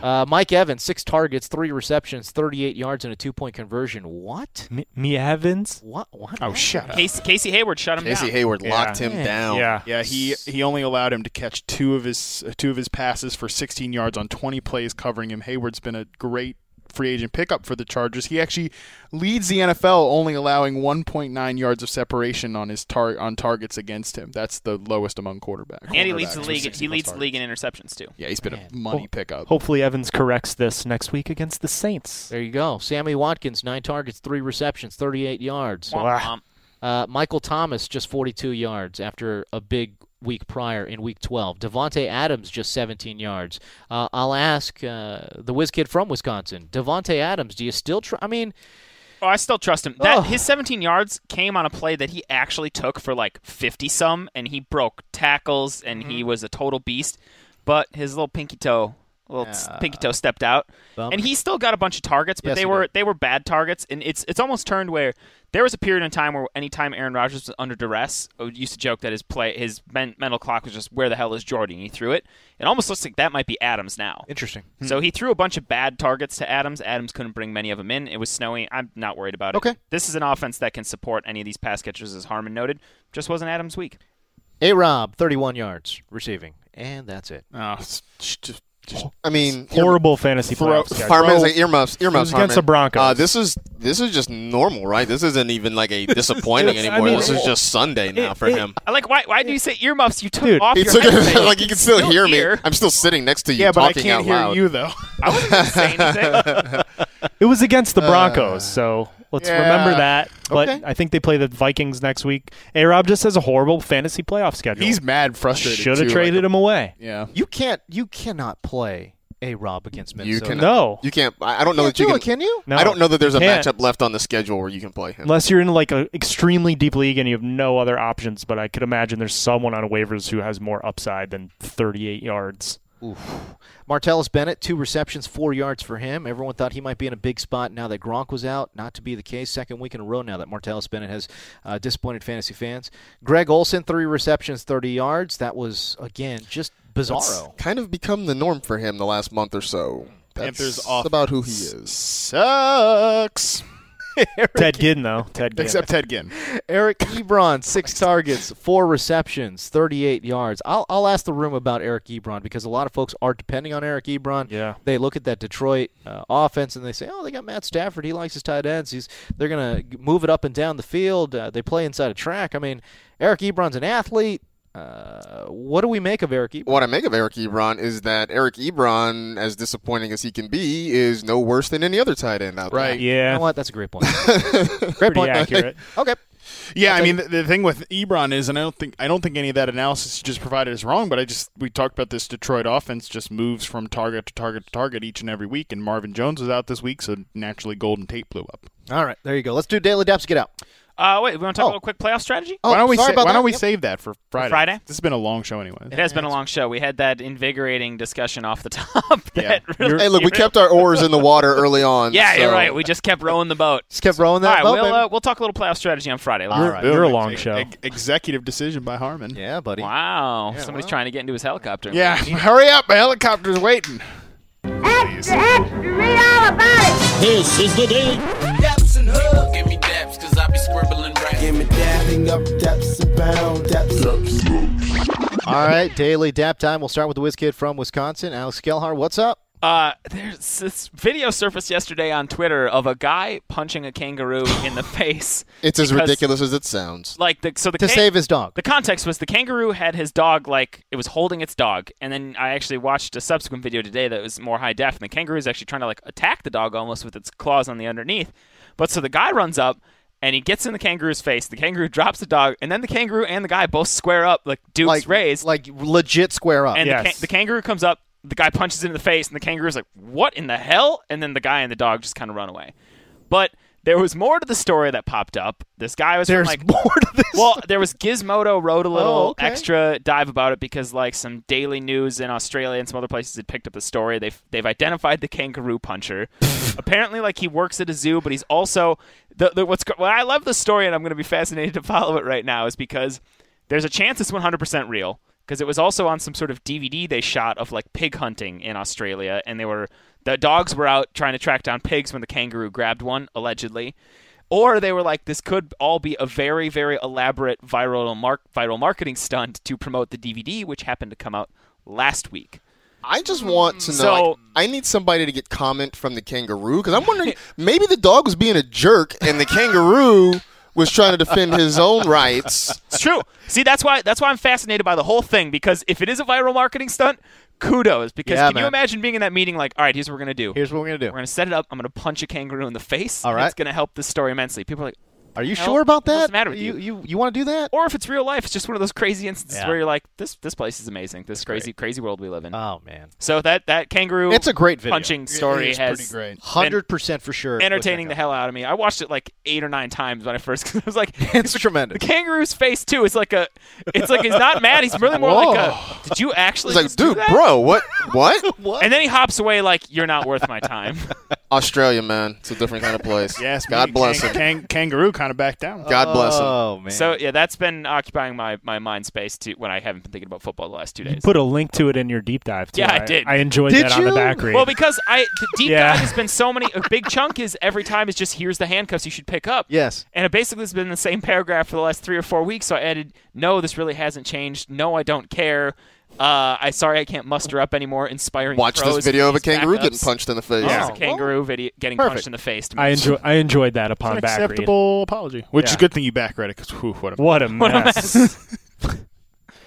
uh, Mike Evans, six targets, three receptions, thirty-eight yards, and a two-point conversion. What? M- Mia Evans. What? What? Oh, shut up. Casey, Casey Hayward shut him Casey down. Hayward locked him Man, down. Yeah. Yeah, he he only allowed him to catch two of his two of his passes for 16 yards on 20 plays covering him. Hayward's been a great free agent pickup for the Chargers. He actually leads the NFL only allowing 1.9 yards of separation on his tar- on targets against him. That's the lowest among quarterbacks. and he leads Quarterbacks the with league. 60 He plus leads the targets. league in interceptions too. Yeah, he's been Man. a money Ho- pickup. Hopefully Evans corrects this next week against the Saints. There you go. Sammy Watkins, nine targets, three receptions, 38 yards. Womp womp. Uh, Michael Thomas, just 42 yards after a big week prior in week 12. Devontae Adams, just 17 yards. Uh, I'll ask uh, the whiz kid from Wisconsin, Devontae Adams, do you still try? I mean, Oh, I still trust him. That Ugh. his 17 yards came on a play that he actually took for like 50 some, and he broke tackles, and Mm-hmm. he was a total beast. But his little pinky toe, little s- pinky toe stepped out, Bummer. and he still got a bunch of targets, but Yes, they he were did. they were bad targets, and it's it's almost turned where there was a period in time where anytime Aaron Rodgers was under duress, I used to joke that his play his men, mental clock was just where the hell is Jordy, and he threw it. It almost looks like that might be Adams now. interesting. So Hmm. he threw a bunch of bad targets to Adams. Adams couldn't bring many of them in. It was snowy. I'm not worried about it. Okay. This is an offense that can support any of these pass catchers, as Harmon noted. Just wasn't Adams' week. A Rob, 31 yards receiving. And that's it. Oh, it's just, just I mean, Horrible fantasy Oh, Throw- playoff schedule. Harmon's like earmuffs. Earmuffs. It was against Harmon. the Broncos. Uh, this is this is just normal, right? This isn't even like a disappointing just- I anymore. mean, this is just Sunday now for him. I like why? Why do you say earmuffs? You took Dude, off He your took it headset. like you can still, Still hear here. me. I'm still sitting next to you yeah, but I talking can't out hear loud. you though. I wasn't going to say anything. It was against the Uh, Broncos, so let's yeah. remember that. But Okay. I think they play the Vikings next week. A Rob just has a horrible fantasy playoff schedule. He's mad frustrated. should have traded him away. Yeah. You can't, you cannot play A Rob against You Minnesota. cannot. No, You can't. I I don't know Can't that you do can. it, can you? no. I don't know that there's a You can't. matchup left on the schedule where you can play him. Unless you're in like an extremely deep league and you have no other options, but I could imagine there's someone on waivers who has more upside than 38 yards. Martellus Bennett, two receptions, four yards for him. Everyone thought he might be in a big spot now that Gronk was out. Not to be the case. Second week in a row now that Martellus Bennett has uh, disappointed fantasy fans. Greg Olson, three receptions, 30 yards. That was, again, just bizarro. Kind of become the norm for him the last month or so. That's Panthers off about who he is. Sucks. Ted Ginn, though. Ted Ginn. Except Ted Ginn. Eric Ebron, six targets, four receptions, 38 yards. I'll, I'll ask the room about Eric Ebron because a lot of folks are depending on Eric Ebron. Yeah. They look at that Detroit uh, offense and they say, oh, they got Matt Stafford. He likes his tight ends. He's They're going to move it up and down the field. Uh, they play inside a track. I mean, Eric Ebron's an athlete. Uh, what do we make of Eric E-, Ebron? What I make of Eric Ebron is that Eric Ebron, as disappointing as he can be, is no worse than any other tight end out there. Right. You know Yeah, what? That's a great point. great pretty point. accurate. Okay. Yeah, I mean the, the thing with Ebron is, and I don't think I don't think any of that analysis you just provided is wrong. But I just we talked about this Detroit offense just moves from target to target to target each and every week, and Marvin Jones was out this week, so naturally Golden Tate blew up. All right. There you go. Let's do daily depths. Get out. Uh, wait, we want to Oh. talk about a quick playoff strategy? Oh, why don't we sorry sa- about Why that. don't we Yep. save that for Friday? Friday? This has been a long show anyway. It has been a long show. We had that invigorating discussion off the top. That Yeah. really, Hey, look, we kept our oars in the water early on. Yeah, you're so- right. We just kept rowing the boat. Just kept rolling that All right, boat, we'll, baby. uh, we'll talk a little playoff strategy on Friday. Let's- All All right. You're a boom. long Ex- show. ex- executive decision by Harmon. Yeah, buddy. Wow. Somebody's trying to get into his helicopter. Yeah, hurry up! My helicopter's waiting. read all about it. Give me daps, cause I be scribbling rap. Give me All right, daily dap time. We'll start with the whiz kid from Wisconsin, Alex Gelhar. What's up? Uh, there's this video surfaced yesterday on Twitter of a guy punching a kangaroo in the face. It's as because, ridiculous as it sounds. Like the so the To kan- save his dog. The context was the kangaroo had his dog like it was holding its dog, and then I actually watched a subsequent video today that was more high def, and the kangaroo is actually trying to like attack the dog almost with its claws on the underneath. But so the guy runs up and he gets in the kangaroo's face. The kangaroo drops the dog, and then the kangaroo and the guy both square up like dukes Like raised, like legit square up. and the, yes. the kangaroo comes up. The guy punches it in the face, and the kangaroo's like, "What in the hell?" And then the guy and the dog just kind of run away. But there was more to the story that popped up. This guy was There's from like more to this. well, there was Gizmodo wrote a little Oh, okay. extra dive about it because like some daily news in Australia and some other places had picked up the story. They've they've identified the kangaroo puncher. Apparently, like he works at a zoo, but he's also the, the what's go- well, I love the story and I'm going to be fascinated to follow it right now is because there's a chance it's 100% real because it was also on some sort of DVD they shot of like pig hunting in Australia and they were the dogs were out trying to track down pigs when the kangaroo grabbed one allegedly or they were like this could all be a very very elaborate viral mark viral marketing stunt to promote the DVD which happened to come out last week. I just want to know. So- like, I need somebody to get comment from the kangaroo because I'm wondering maybe the dog was being a jerk and the kangaroo was trying to defend his own rights. It's true. See, that's why that's why I'm fascinated by the whole thing because if it is a viral marketing stunt, kudos because Yeah, can man. you imagine being in that meeting like, all right, here's what we're going to do. Here's what we're gonna do. we're going to set it up. I'm going to punch a kangaroo in the face. All and right. It's going to help this story immensely. People are like, Are you hell? sure about that? What's the matter with you? you? You you want to do that? or if it's real life, it's just one of those crazy instances Yeah. where you're like, this this place is amazing. This crazy crazy world we live in. Oh man, so that that kangaroo it's a great video. punching story It's has pretty great. Hundred percent for sure. entertaining the hell out of me. I watched it like eight or nine times when I first. 'cause I was like, It's the tremendous. kangaroo's face too. It's like a, it's like he's not mad. He's really more like a. Did you actually? It's like, just do dude, that?" bro, what? What? And then he hops away like you're not worth my time. Australia, man, it's a different kind of place. Yes, God me, bless kang- him. kang- kangaroo kind of backed down. God bless him. Uh, Oh man. so yeah, that's been occupying my my mind space too when I haven't been thinking about football the last two days. Put a link to it in your deep dive. Too. Yeah, I did. I enjoyed Did that on the you? back read. well, because I the deep Yeah. dive has been so many. A big chunk is every time is just here's the handcuffs you should pick up. Yes. And it basically has been the same paragraph for the last three or four weeks. So I added, no, this really hasn't changed. No, I don't care. Uh, I sorry I can't muster up any more inspiring. Watch this pros video of a for these kangaroo backups." getting punched in the face. There's Yeah. a kangaroo video getting punched in the face. To me. I enjoy. I enjoyed that upon back read. Acceptable apology, which is Yeah. a good thing you back read it because what a What a What a mess. mess.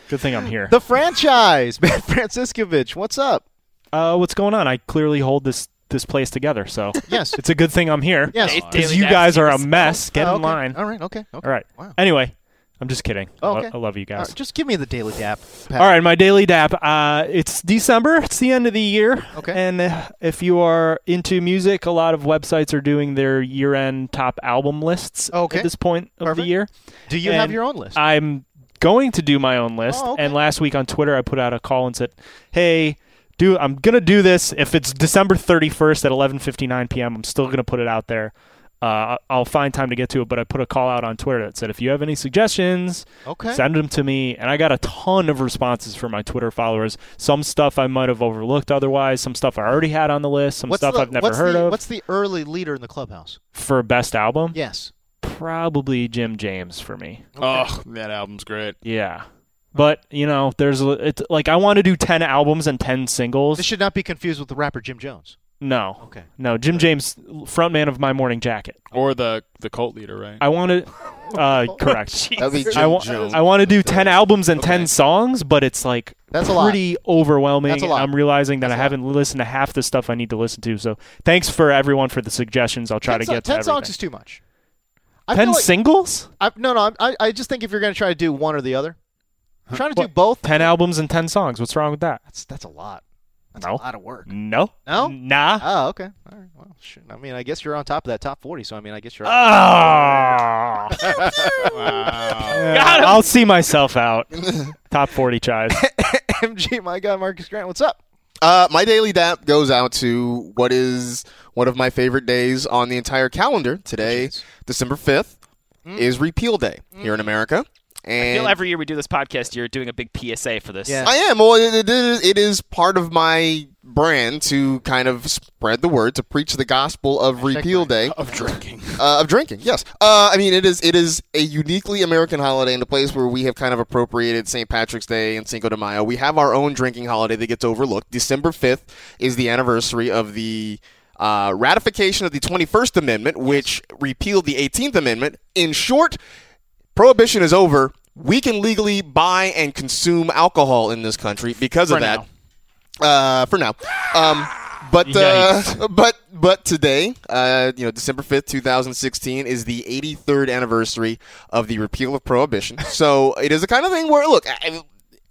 Good thing I'm here. The franchise, man, Franciscovich. What's up? Uh, what's going on? I clearly hold this this place together, so Yes. it's a good thing I'm here. Yes. It Because Daily you Daps guys are a is- mess. Get Oh, in okay. line. All right. Okay. Okay. All right. Wow. Oh, Anyway, I'm just kidding. I lo- Okay. I love you guys. All right, Just give me the daily dap. Pat. All right, my daily dap. Uh, it's December. It's the end of the year. Okay. And uh, if you are into music, a lot of websites are doing their year-end top album lists Okay. at this point of Perfect. the year. Do you have And your own uh, list? I'm going to do my own list. Oh, okay. And last week on Twitter, I put out a call and said, "Hey, do I'm gonna do this. If it's December 31st at 11:59 p.m., I'm still gonna put it out there. Uh, I'll find time to get to it, but I put a call out on Twitter that said, if you have any suggestions, Okay. send them to me. And I got a ton of responses from my Twitter followers. Some stuff I might have overlooked otherwise, some stuff I already had on the list, some what's stuff the, I've never what's heard the, of. What's the early leader in the clubhouse? For best album, Yes. probably Jim James for me. Oh, that album's great. Yeah. But, you know, there's a- it's like I want to do 10 albums and 10 singles. This should not be confused with the rapper Jim Jones. no. Okay. No, Jim James frontman of My Morning Jacket. Or the the cult leader, right? I want to uh Oh, correct. That'd be Jim I, wa- Jones. I want to do 10 albums and 10 songs, but it's like That's a lot. pretty overwhelming. That's a lot. I'm realizing that I haven't listened to half the stuff I need to listen to. So, thanks for everyone for the suggestions. I'll try ten to get so- ten to songs everything. is too much. I 10 feel like- singles? I, no, no. I'm- I, I just think if you're going to try to do one or the other, trying to do both. 10 albums and 10 songs. What's wrong with that? That's that's a lot. That's a No. lot of work. No. No? Nah. Oh, okay. All right. Well, shoot. I mean, I guess you're on top of that top 40. So I mean, I guess you're. Oh. Uh, Got him. I'll see myself out. Top 40 chives. MG, my guy, Marcus Grant. What's up? Uh, my daily dap goes out to what is one of my favorite days on the entire calendar. Today, December 5th, is Repeal Day here in America. Mm. I And feel every year we do this podcast, you're doing a big PSA for this. Yeah. I am. Well, it, it, is, it is part of my brand to kind of spread the word, to preach the gospel of Repeal Oh, Day. of drinking. uh, of drinking. Yes, uh, I mean it is it is a uniquely American holiday in a place where we have kind of appropriated St. Patrick's Day and Cinco de Mayo. We have our own drinking holiday that gets overlooked. December fifth is the anniversary of the. Uh, ratification of the 21st Amendment, which repealed the 18th Amendment. In short, prohibition is over. We can legally buy and consume alcohol in this country because of that. Uh, for now. Um, but uh, but but today, uh, you know, December fifth, two thousand sixteen, is the eighty third anniversary of the repeal of prohibition. So it is the kind of thing where look. I,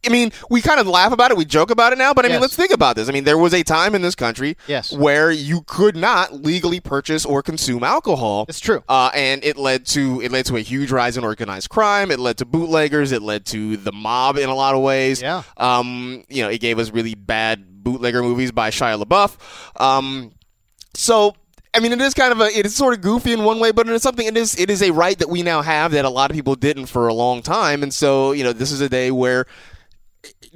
I mean, we kind of laugh about it, we joke about it now, but I mean, Yes. let's think about this. I mean, there was a time in this country Yes. where you could not legally purchase or consume alcohol. It's true. Uh, and it led to it led to a huge rise in organized crime. It led to bootleggers. It led to the mob in a lot of ways. Yeah. Um, you know, it gave us really bad bootlegger movies by Shia LaBeouf. Um, so I mean, it is kind of a it is sort of goofy in one way, but it is something. It is it is a right that we now have that a lot of people didn't for a long time, and so you know, this is a day where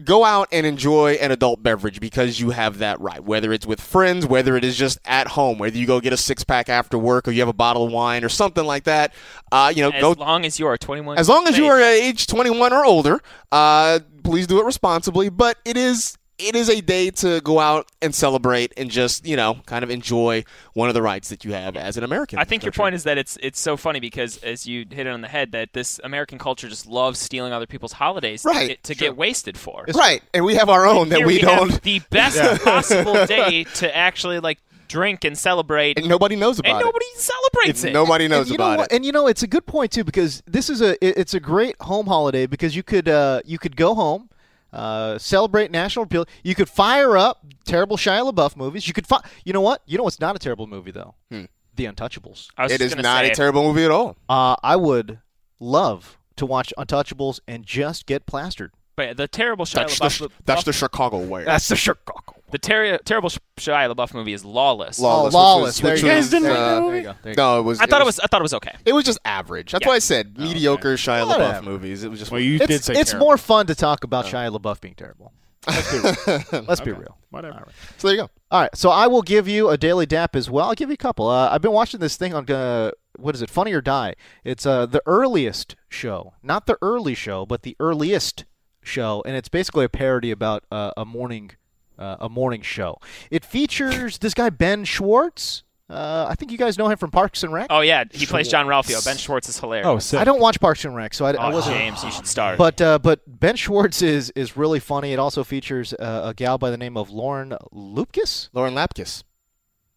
go out and enjoy an adult beverage because you have that right. Whether it's with friends, whether it is just at home, whether you go get a six pack after work or you have a bottle of wine or something like that. Uh, you know, As go long as you are 21. as long as you are age 21 or older, uh, please do it responsibly. But it is it is a day to go out and celebrate and just you know kind of enjoy one of the rights that you have as an American. I think your point is that it's it's so funny because as you hit it on the head that this American culture just loves stealing other people's holidays to Right. get- to, get wasted for. right, and we have our own that Here we, have don't, the best possible day to actually like drink and celebrate, and nobody knows about and nobody celebrates it. it. Nobody knows and you know about what- it. And you know, it's a good point too because this is a it- it's a great home holiday because you could uh, you could go home, uh, celebrate National Appeal. You could fire up terrible Shia LaBeouf movies. You could fi- You know what? You know what's not a terrible movie though? The Untouchables. I was It just is gonna not say, a terrible movie at all. Uh, I would love to watch Untouchables and just get plastered. but the terrible Shia That's LaBeouf. the, that's the Chicago way. the Chicago. the terri terrible Shia LaBeouf movie is lawless. Lawless. Oh, Lawless. There Which was, which you go. was, There you uh, go. There you go. There you go. No, it was. I thought it was I thought it was okay. It was just average. That's Yeah. why I said mediocre Shia Whatever. LaBeouf movies. It was just Well, you did It's, say it's terrible. more fun to talk about Shia LaBeouf being terrible. Uh, Let's be real. Whatever. so. There you go. All right, so I will give you a daily dap as well. I'll give you a couple. Uh, I've been watching this thing on uh, what is it? Funny or Die. It's uh, the earliest show, not the early show, but the earliest show, and it's basically a parody about uh, a morning, uh, a morning show. It features this guy Ben Schwartz. Uh, I think you guys know him from Parks and Rec. Oh yeah, he plays John Ralphio. Ben Schwartz is hilarious. Oh, sick. I don't watch Parks and Rec, so I, I Oh, wasn't. James, you should start. But uh, but Ben Schwartz is is really funny. It also features uh, a gal by the name of Lauren Lupkus. Lauren Lapkus.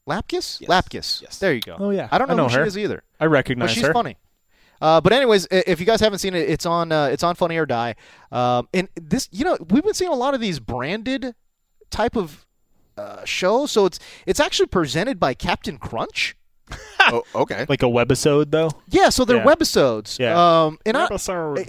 Lapkus? Yes. Lapkus. Yes. There you go. Oh, yeah. I don't know, I know who her. she is either. I recognize But she's her. funny. Uh, but anyways, i- if you guys haven't seen it, it's on uh, it's on Funny or Die. Um, and this, you know, we've been seeing a lot of these branded type of uh, shows. So it's it's actually presented by Captain Crunch. oh, okay. Like a webisode, though. Yeah, so they're Yeah. webisodes. Yeah. Um, and I,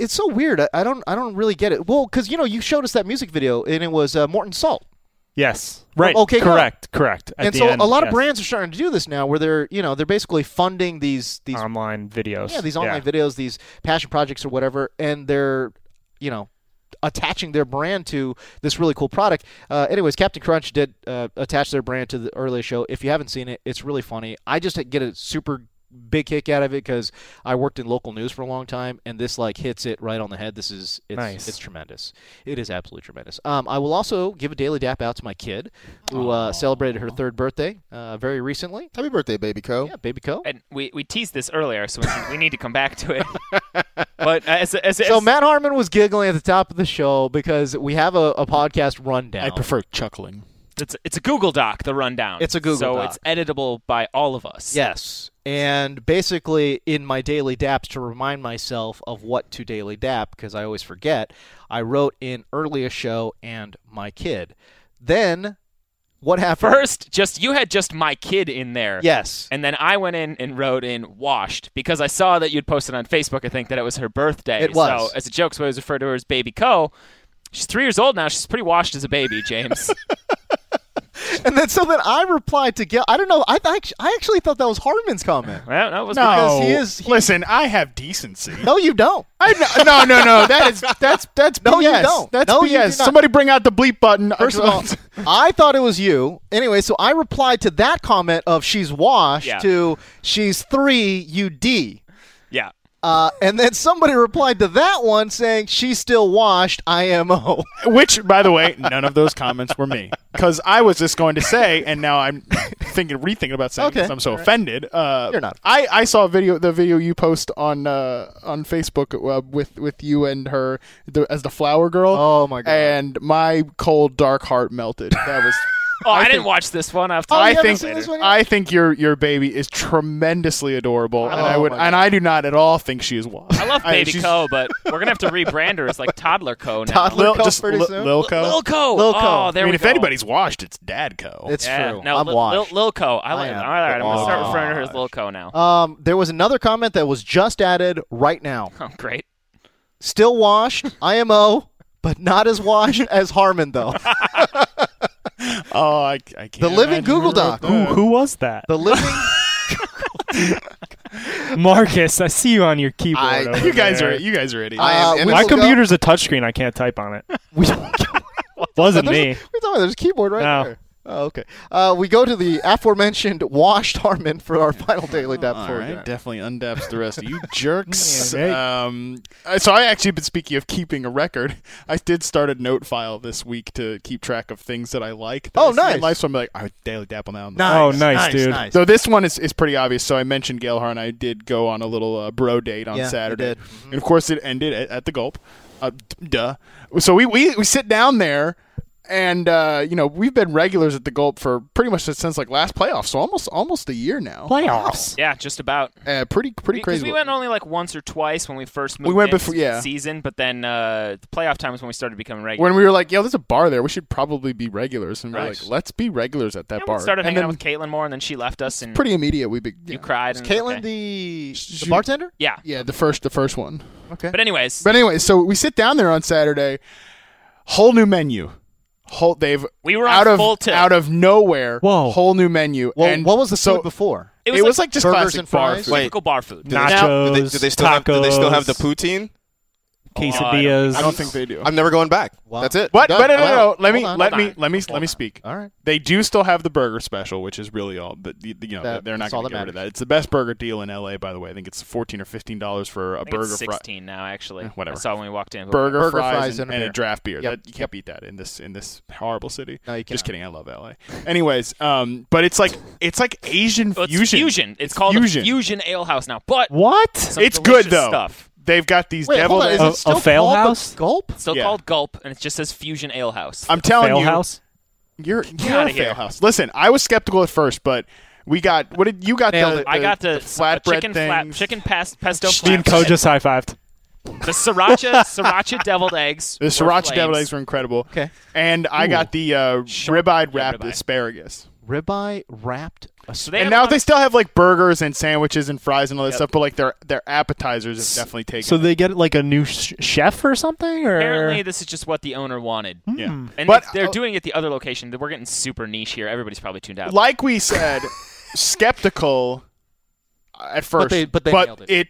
it's so weird. I, I don't I don't really get it. Well, because you know you showed us that music video and it was uh, Morton Salt. Yes. Right. Okay, good. Correct. Correct. At and the so end, a lot of yes. brands are starting to do this now, where they're you know they're basically funding these these online videos. yeah these online videos, these passion projects or whatever, and they're you know attaching their brand to this really cool product. Uh, anyways, Captain Crunch did uh, attach their brand to the early show. If you haven't seen it, it's really funny. I just get a super big kick out of it because I worked in local news for a long time, and this like hits it right on the head. This is it's, Nice. it's tremendous. It is absolutely tremendous. Um, I will also give a daily dap out to my kid who uh, celebrated her third birthday uh, very recently. Happy birthday, baby Co. Yeah, baby co. And we, we teased this earlier, so we- we need to come back to it. but uh, as, as, as So Matt Harmon was giggling at the top of the show because we have a, a podcast rundown. I prefer chuckling. it's, it's a Google Doc, the rundown. It's a Google so Doc. it's editable by all of us. Yes. And basically, in my daily daps to remind myself of what to daily dap, because I always forget, I wrote in earlier show and my kid. Then, what happened? First, just you had just my kid in there. Yes. And then I went in and wrote in washed because I saw that you'd posted on Facebook, I think, that it was her birthday. It was. So, as a joke, so I always referred to her as Baby Co. She's three years old now. She's pretty washed as a baby, James. And then, so then I replied to Gil. I don't know. I, I, act- I actually thought that was Harmon's comment. well, that was Because he is. he- Listen, I have decency. no, you don't. I kn- no, no, no. Oh, That is that's that's No, BS. you don't. That's No, BS. you do not. Somebody bring out the bleep button. First of all, I thought it was you. Anyway, so I replied to that comment of she's washed Yeah. to she's three UD. yeah. Uh, and then somebody replied to that one saying, "She's still washed, IMO." Which, by the way, none of those comments were me because I was just going to say, and now I'm thinking, rethinking about saying Okay. because I'm so offended. Uh, You're not. I, I saw a video, the video you post on uh, on Facebook uh, with with you and her the, as the flower girl. Oh, my God. And my cold dark heart melted. That was. Oh, I, didn't watch this one. I have to I watch think it later. I think your your baby is tremendously adorable, and I Oh, would my and I do not at all think she is washed. I love Baby she's- Co, but we're gonna have to rebrand her as like Toddler Co now. Toddler Lil, Co just pretty Lil, soon? Lil Co. Lil Co. Lil Co. Oh, there I mean, we if go. anybody's washed, it's Dad Co. It's yeah, true. No, I'm Lil, washed. Lil, Lil Co. I like am that. All right, I'm gonna start washed. referring to her as Lil Co now. um, there was another comment that was just added right now. oh, great. Still washed, IMO, but not as washed as Harmon though. Oh, I, I can't. The living imagine Google who Doc. wrote that. Who, who was that? The living. Marcus, I see you on your keyboard. I- over You guys there. are you guys are idiots. I am Uh, innocent. My We'll go- computer's a touchscreen. I can't type on it. we, Wasn't there's a- me. we thought there's a keyboard right No. there. Oh, okay. Uh, we go to the aforementioned washed Harmon for our final daily depth All for right, you. definitely undaps the rest of you jerks. Yeah, um, uh, so I actually been speaking of keeping a record. I did start a note file this week to keep track of things that I like. that Oh, I see in nice. Life, so I'm like, I daily dap on that. One. Oh, nice, dude. So this one is, is pretty obvious. So I mentioned Gail and I did go on a little uh, bro date on Yeah, you Saturday, did. Mm-hmm. and of course it ended at, at the gulp. Uh, d- duh. So we, we we sit down there, and uh, you know we've been regulars at the gulp for pretty much since like last playoffs, so almost almost a year now. Playoffs. Yeah, just about. Uh, pretty pretty Because crazy. we went only like once or twice when we first We moved went in before- yeah. season, but then uh, the playoff time was when we started becoming regular. when we were like, "Yo, there's a bar there. We should probably be regulars." And we're Nice. like, "Let's be regulars at that Yeah, we bar." started and hanging then out with Caitlin more, and then she left us, and pretty immediate. We be, yeah. you cried. and- Caitlin, okay. the, the Shoot. bartender. yeah, Yeah, the first the first one. but anyways, But anyway, so we sit down there on Saturday. Whole new menu. Whole they've We were on out of full tilt. out of nowhere. Whoa. Whole new menu. Well, and what was the so food before? it It was, was, like, like, just burgers classic and bar fries? food. Wait. typical bar food. Do they now- do they, do they still have, do they still have the Nachos, poutine? quesadillas. I don't think they do. I'm never going back. Wow. That's it. but but no, no, Wow. no. Let me Hold on, let hold me on. let me let me speak. All right. They do still have the burger special, which is really all. But you know, That- they're not that's all going that to get rid of matters. that. It's the best burger deal in LA, by the way. I think it's fourteen or fifteen dollars for a I think burger. it's fry- 16 now, actually. Eh, whatever. I saw when we walked in. but burger, Burger, fries, fries, and and, a and a beer. draft beer. Yep. That, you can't beat that in this in this horrible city. No, you Just cannot. kidding. I love LA. Anyways, um, but it's like it's like Asian Well, it's fusion. fusion. It's called fusion. a fusion ale house now, but What? some It's good delicious though. Stuff. They've got these Wait, devil. hold on. Is A- it still a fail called the house? Gulp. It's still Yeah. called Gulp, and it just says Fusion Ale House. I'm telling Fail you, house. you're you're outta a here. fail house. Listen, I was skeptical at first, but we got what did you got? Nailed the, it. the- I got the, uh, flatbread chicken flap, things. chicken pas- pesto Me and flaps, Co just high fived. the sriracha sriracha deviled eggs. The were sriracha deviled flames. eggs were incredible. Okay. And I got the uh, ribeyed Yeah, wrapped ribeye. asparagus. ribeye wrapped. A So sp- they and have now one- they still have like burgers and sandwiches and fries and all that Yep. stuff, but like their their appetizers have definitely taken. So they get like a new sh- chef or something, or Apparently, this is just what the owner wanted. yeah. And But- uh, if they're doing it at the other location. We're getting super niche here. Everybody's probably tuned out. Like we said, skeptical at first, they- but they nailed it.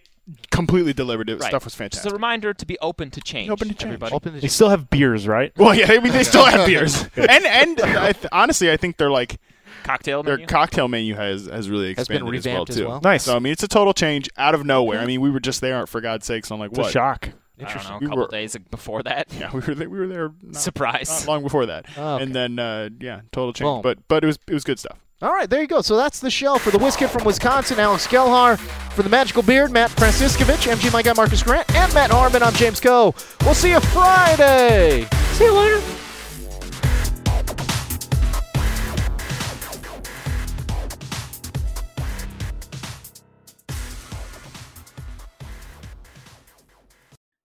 completely delivered. It Right. stuff was Just a fantastic. reminder to be open to change. Open to change. Everybody. open they the still have beers, right? Well, yeah, I mean, they still have beers, and and I th- honestly, I think they're like Cocktail their menu. cocktail menu has has really Has been expanded revamped as as well too. well. Nice. So I mean, it's a total change out of nowhere. I mean, we were just there for God's sakes on like It's what? a shock. I don't know. A We couple were- days before that. Yeah, we were there, we were there not, not Surprise. long before that, Oh, okay. and then uh, yeah, total change. Boom. But but it was it was good stuff. All right, there you go. So that's the show for the Whiz Kid from Wisconsin, Alex Gelhar. For the Magical Beard, Matt Franciscovich, MG My Guy Marcus Grant, and Matt Harmon. I'm James Coe. We'll see you Friday. See you later.